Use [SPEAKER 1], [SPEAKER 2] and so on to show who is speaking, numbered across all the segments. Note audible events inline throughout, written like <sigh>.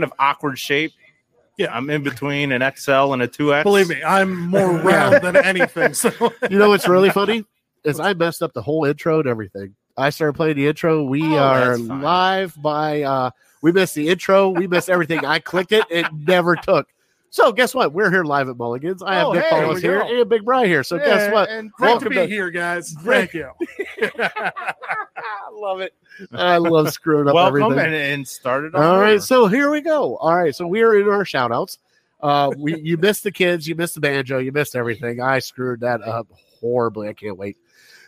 [SPEAKER 1] of awkward shape. Yeah, I'm in between an XL and a 2X.
[SPEAKER 2] Believe me, I'm
[SPEAKER 3] <laughs>
[SPEAKER 2] more round than anything. So
[SPEAKER 3] You know what's really funny is I messed up the whole intro and everything. I started playing the intro. We
[SPEAKER 1] Oh,
[SPEAKER 3] are
[SPEAKER 1] that's fine.
[SPEAKER 3] live by uh we missed the intro, we missed everything. I clicked it, it never took. So guess what? We're here live at Mulligan's. I have
[SPEAKER 2] Oh,
[SPEAKER 3] Nick
[SPEAKER 2] hey,
[SPEAKER 3] Paulus
[SPEAKER 2] there we
[SPEAKER 3] here
[SPEAKER 2] go.
[SPEAKER 3] and Big Brian here. So guess what?
[SPEAKER 2] And great
[SPEAKER 3] Welcome
[SPEAKER 2] to be
[SPEAKER 3] to-
[SPEAKER 2] here, guys.
[SPEAKER 3] Great.
[SPEAKER 2] Thank you.
[SPEAKER 3] I love it. I love screwing
[SPEAKER 1] <laughs>
[SPEAKER 3] up
[SPEAKER 1] Welcome
[SPEAKER 3] everything.
[SPEAKER 1] and, and started.
[SPEAKER 3] All right, so here we go. All right, so we are in our shout outs. Uh, we you <laughs> missed the kids, you missed the banjo, you missed everything. I screwed that up horribly. I can't wait.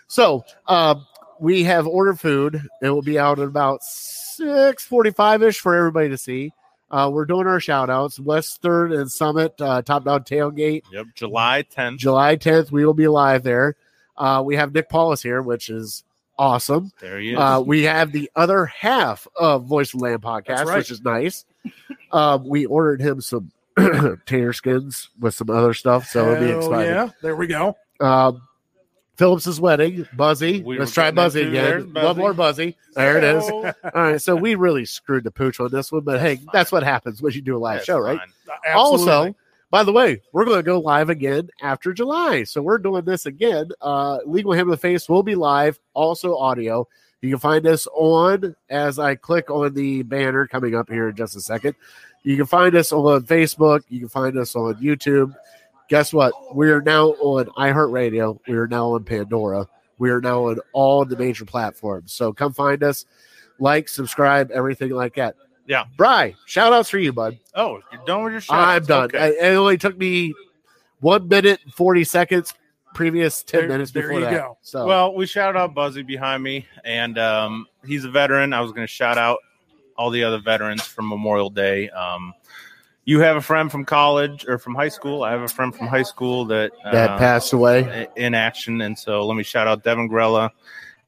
[SPEAKER 3] So, um, we have ordered food, it will be out at about 6:45 ish for everybody to see. Uh, we're doing our shout outs Western and Summit, uh, Top Down Tailgate,
[SPEAKER 1] Yep, July 10th.
[SPEAKER 3] July 10th. We will be live there. Uh, we have Nick Paulus here, which is awesome.
[SPEAKER 1] There you
[SPEAKER 3] Uh, we have the other half of Voice of the Land podcast,
[SPEAKER 2] That's right.
[SPEAKER 3] which is nice. um, we ordered him some <clears throat> tater skins with some other stuff, so it'll be
[SPEAKER 2] Hell
[SPEAKER 3] exciting.
[SPEAKER 2] Yeah, there we go.
[SPEAKER 3] Um, Phillips's wedding, Buzzy.
[SPEAKER 1] We
[SPEAKER 3] Let's
[SPEAKER 1] were
[SPEAKER 3] try
[SPEAKER 1] getting
[SPEAKER 3] Buzzy
[SPEAKER 1] into
[SPEAKER 3] again.
[SPEAKER 1] there's
[SPEAKER 3] One
[SPEAKER 1] Buzzy.
[SPEAKER 3] more Buzzy. There it is.
[SPEAKER 1] Live
[SPEAKER 3] All right, so we really screwed the pooch on this one, but hey,
[SPEAKER 1] fine.
[SPEAKER 3] that's what happens when you do a live show, right?
[SPEAKER 2] Absolutely.
[SPEAKER 3] <laughs> Also, by the way, we're going to go live again after July. So we're doing this again. Uh, Legal Ham in the Face will be live, also audio. You can find us on, as I click on the banner coming up here in just a second. You can find us on Facebook. You can find us on YouTube. Guess what? We are now on iHeartRadio. We are now on Pandora. We are now on all the major platforms. So come find us, like, subscribe, everything like that.
[SPEAKER 1] Yeah.
[SPEAKER 3] Bry, shout outs for you, bud.
[SPEAKER 1] Oh, you're done with your show.
[SPEAKER 3] I'm done.
[SPEAKER 1] Okay.
[SPEAKER 3] I- it only took me one minute and forty seconds. Previous ten
[SPEAKER 2] There-
[SPEAKER 3] minutes
[SPEAKER 2] there
[SPEAKER 3] before
[SPEAKER 2] you
[SPEAKER 3] that.
[SPEAKER 2] go.
[SPEAKER 3] So
[SPEAKER 1] Well, we shout out Buzzy behind me, and um, he's a veteran. I was going to shout out all the other veterans from Memorial Day. Um, you have a friend from college or from high school. I have a friend from high school that
[SPEAKER 3] that
[SPEAKER 1] uh,
[SPEAKER 3] passed away.
[SPEAKER 1] in action. And so let me shout out Devin Grella,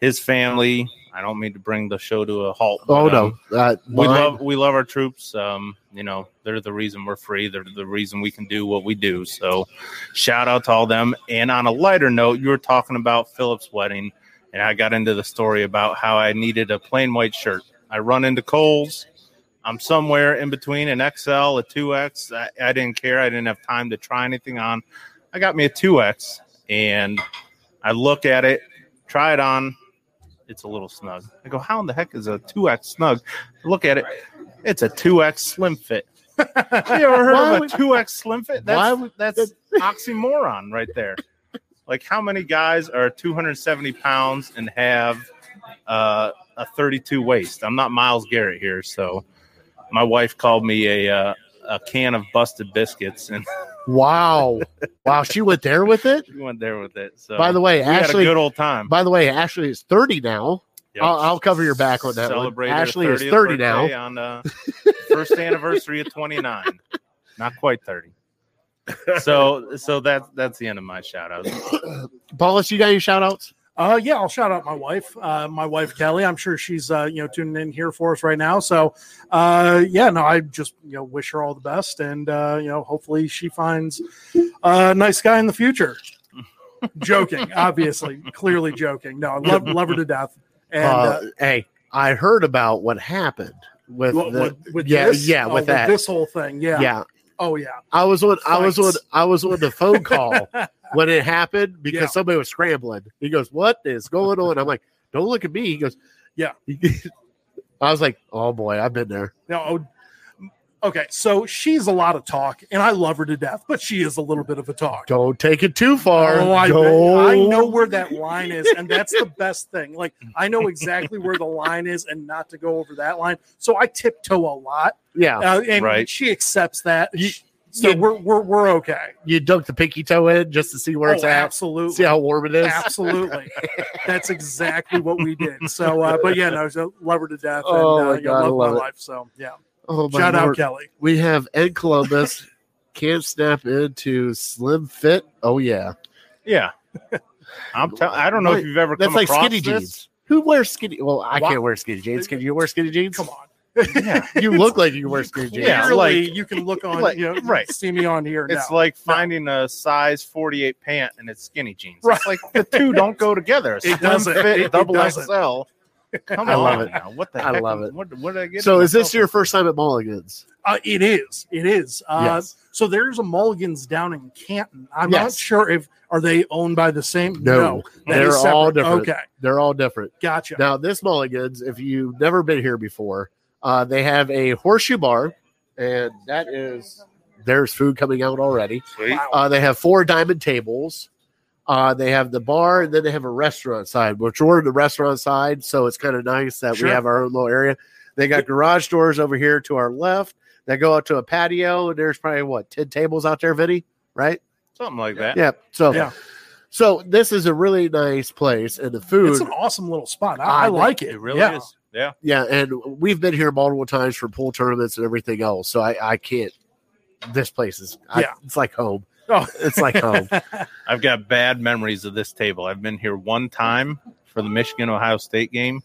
[SPEAKER 1] his family. I don't mean to bring the show to a halt.
[SPEAKER 3] Oh
[SPEAKER 1] but, um,
[SPEAKER 3] no, uh,
[SPEAKER 1] we
[SPEAKER 3] mine-
[SPEAKER 1] love we love our troops. Um, you know, they're the reason we're free. They're the reason we can do what we do. So, shout out to all them. And on a lighter note, you were talking about Philip's wedding, and I got into the story about how I needed a plain white shirt. I run into Coles. I'm somewhere in between an XL, a 2X. I, I didn't care. I didn't have time to try anything on. I got me a 2X, and I look at it, try it on. It's a little snug. I go, how in the heck is a 2X snug? Look at it. It's a 2X slim fit. you ever heard
[SPEAKER 3] Why
[SPEAKER 1] of a
[SPEAKER 3] would-
[SPEAKER 1] 2X slim fit?
[SPEAKER 3] why
[SPEAKER 1] That's,
[SPEAKER 3] would-
[SPEAKER 1] that's
[SPEAKER 3] <laughs>
[SPEAKER 1] oxymoron right there. Like, how many guys are 270 pounds and have uh, a 32 waist? I'm not Miles Garrett here, so my wife called me a uh, a can of busted biscuits, and <laughs>
[SPEAKER 3] Wow, wow, she went there with it.
[SPEAKER 1] we went there with it. So,
[SPEAKER 3] by the way,
[SPEAKER 1] we had a
[SPEAKER 3] Ashley.
[SPEAKER 1] good old time.
[SPEAKER 3] By the way, Ashley is thirty now.
[SPEAKER 1] Yep.
[SPEAKER 3] I'll, I'll cover your back on that. One.
[SPEAKER 1] Celebrate their
[SPEAKER 3] Ashley is
[SPEAKER 1] 30th
[SPEAKER 3] thirty now.
[SPEAKER 1] birthday on uh,
[SPEAKER 3] <laughs>
[SPEAKER 1] first anniversary of 29. Not quite 30. So so that that's the end of my shout out.
[SPEAKER 3] Paulus, you got any shout outs?
[SPEAKER 2] Uh, yeah, I'll shout out my wife, uh, my wife Kelly. I'm sure she's uh, you know tuning in here for us right now. So, uh, yeah, no, I just you know wish her all the best, and uh, you know hopefully she finds a nice guy in the
[SPEAKER 3] <laughs>
[SPEAKER 2] future. joking, obviously, clearly joking. No, I love love her to death. And
[SPEAKER 3] uh,
[SPEAKER 2] uh,
[SPEAKER 3] hey, I heard about what happened with
[SPEAKER 2] with,
[SPEAKER 3] the.
[SPEAKER 2] with, with
[SPEAKER 3] yeah,
[SPEAKER 2] this,
[SPEAKER 3] yeah,
[SPEAKER 2] Oh,
[SPEAKER 3] with that.
[SPEAKER 2] this whole thing. Yeah.
[SPEAKER 3] yeah,
[SPEAKER 2] Oh yeah.
[SPEAKER 3] I was on. I was on.
[SPEAKER 2] Fights.
[SPEAKER 3] I was on the
[SPEAKER 2] <laughs>
[SPEAKER 3] phone call when it happened because
[SPEAKER 2] Yeah.
[SPEAKER 3] somebody was scrambling. He goes, "What is going on?" I'm like, "Don't look at me." He goes,
[SPEAKER 2] Yeah.
[SPEAKER 3] <laughs> I was like, "Oh boy, I've been there."
[SPEAKER 2] No. oh, Okay, so she's a lot of talk, and I love her to death, but she is a little bit of a talk.
[SPEAKER 3] Don't take it too far.
[SPEAKER 2] Oh, I,
[SPEAKER 3] Don't-
[SPEAKER 2] I know where that line is, and that's the best thing. Like I know exactly where the line is, and not to go over that line. So I tiptoe a lot,
[SPEAKER 3] Yeah,
[SPEAKER 2] uh, and
[SPEAKER 1] Right.
[SPEAKER 2] she accepts that.
[SPEAKER 3] You-
[SPEAKER 2] so
[SPEAKER 3] you-
[SPEAKER 2] we're, we're we're okay.
[SPEAKER 3] you dunk the pinky toe in just to see where it's
[SPEAKER 2] Oh,
[SPEAKER 3] at.
[SPEAKER 2] absolutely,
[SPEAKER 3] See how warm it is.
[SPEAKER 2] absolutely. that's exactly what we did. So, uh, but yeah, no, so love her to death,
[SPEAKER 3] Oh,
[SPEAKER 2] and
[SPEAKER 3] my
[SPEAKER 2] uh, you know,
[SPEAKER 3] God, I
[SPEAKER 2] love,
[SPEAKER 3] love
[SPEAKER 2] my
[SPEAKER 3] it.
[SPEAKER 2] life. So yeah,
[SPEAKER 3] Oh my
[SPEAKER 2] shout out
[SPEAKER 3] Lord.
[SPEAKER 2] Kelly.
[SPEAKER 3] We have Ed Columbus can't snap into slim fit. Oh yeah,
[SPEAKER 1] Yeah. I'm tell- I don't know if you've ever
[SPEAKER 3] that's
[SPEAKER 1] come
[SPEAKER 3] like
[SPEAKER 1] across
[SPEAKER 3] skinny
[SPEAKER 1] this.
[SPEAKER 3] jeans. Who wears skinny? Well, I
[SPEAKER 2] Why-
[SPEAKER 3] can't wear skinny jeans. Can you wear skinny jeans?
[SPEAKER 2] Come on.
[SPEAKER 1] <laughs>
[SPEAKER 3] <laughs>
[SPEAKER 1] Yeah.
[SPEAKER 3] You look like
[SPEAKER 2] <laughs>
[SPEAKER 3] you wear skinny jeans.
[SPEAKER 1] Yeah,
[SPEAKER 2] Clearly,
[SPEAKER 1] like-
[SPEAKER 2] you can look on,
[SPEAKER 1] like,
[SPEAKER 2] you know,
[SPEAKER 1] right.
[SPEAKER 2] see me on here now.
[SPEAKER 1] It's like finding a size 48 pant and it's skinny jeans.
[SPEAKER 2] Right.
[SPEAKER 1] It's like the two don't go
[SPEAKER 3] <laughs>
[SPEAKER 1] together.
[SPEAKER 2] It doesn't.
[SPEAKER 1] fit
[SPEAKER 2] It- it
[SPEAKER 1] double
[SPEAKER 2] doesn't.
[SPEAKER 1] XL. Come
[SPEAKER 3] I
[SPEAKER 1] on
[SPEAKER 3] love it.
[SPEAKER 1] now. What the
[SPEAKER 3] I
[SPEAKER 1] heck?
[SPEAKER 3] love it.
[SPEAKER 1] What, what did I get?
[SPEAKER 3] So is this
[SPEAKER 1] myself
[SPEAKER 3] your
[SPEAKER 1] into?
[SPEAKER 3] first time at Mulligan's?
[SPEAKER 2] Uh, it is. It is. Uh,
[SPEAKER 3] yes.
[SPEAKER 2] So there's a Mulligan's down in Canton. I'm
[SPEAKER 3] Yes.
[SPEAKER 2] not sure if are they owned by the same.
[SPEAKER 3] No.
[SPEAKER 2] that
[SPEAKER 3] They're
[SPEAKER 2] is separate.
[SPEAKER 3] all different.
[SPEAKER 2] Okay,
[SPEAKER 3] They're all different.
[SPEAKER 2] gotcha.
[SPEAKER 3] Now, this Mulligan's, if you've never been here before, uh, they have a horseshoe bar, and that is there's food coming out already.
[SPEAKER 1] Sweet.
[SPEAKER 2] Wow.
[SPEAKER 3] Uh, they have four diamond tables. Uh, they have the bar, and then they have a restaurant side, which we're in the restaurant side, so it's kind of nice that
[SPEAKER 2] Sure.
[SPEAKER 3] we have our own little area. They got garage doors over here to our left that go out to a patio, and there's probably what ten tables out there, Vinny, right?
[SPEAKER 1] Something like that.
[SPEAKER 3] Yeah. So,
[SPEAKER 2] Yeah.
[SPEAKER 3] so this is a really nice place, and the food
[SPEAKER 2] it's an awesome little spot. I,
[SPEAKER 3] Ah,
[SPEAKER 2] I like it.
[SPEAKER 1] It really
[SPEAKER 2] <laughs> Yeah.
[SPEAKER 1] is. Yeah.
[SPEAKER 3] yeah, and we've been here multiple times for pool tournaments and everything else. So I, I can't. This place is, I,
[SPEAKER 2] Yeah.
[SPEAKER 3] it's like home.
[SPEAKER 2] Oh.
[SPEAKER 3] It's
[SPEAKER 2] <laughs>
[SPEAKER 3] like home.
[SPEAKER 1] I've got bad memories of this table. I've been here one time for the Michigan Ohio State game,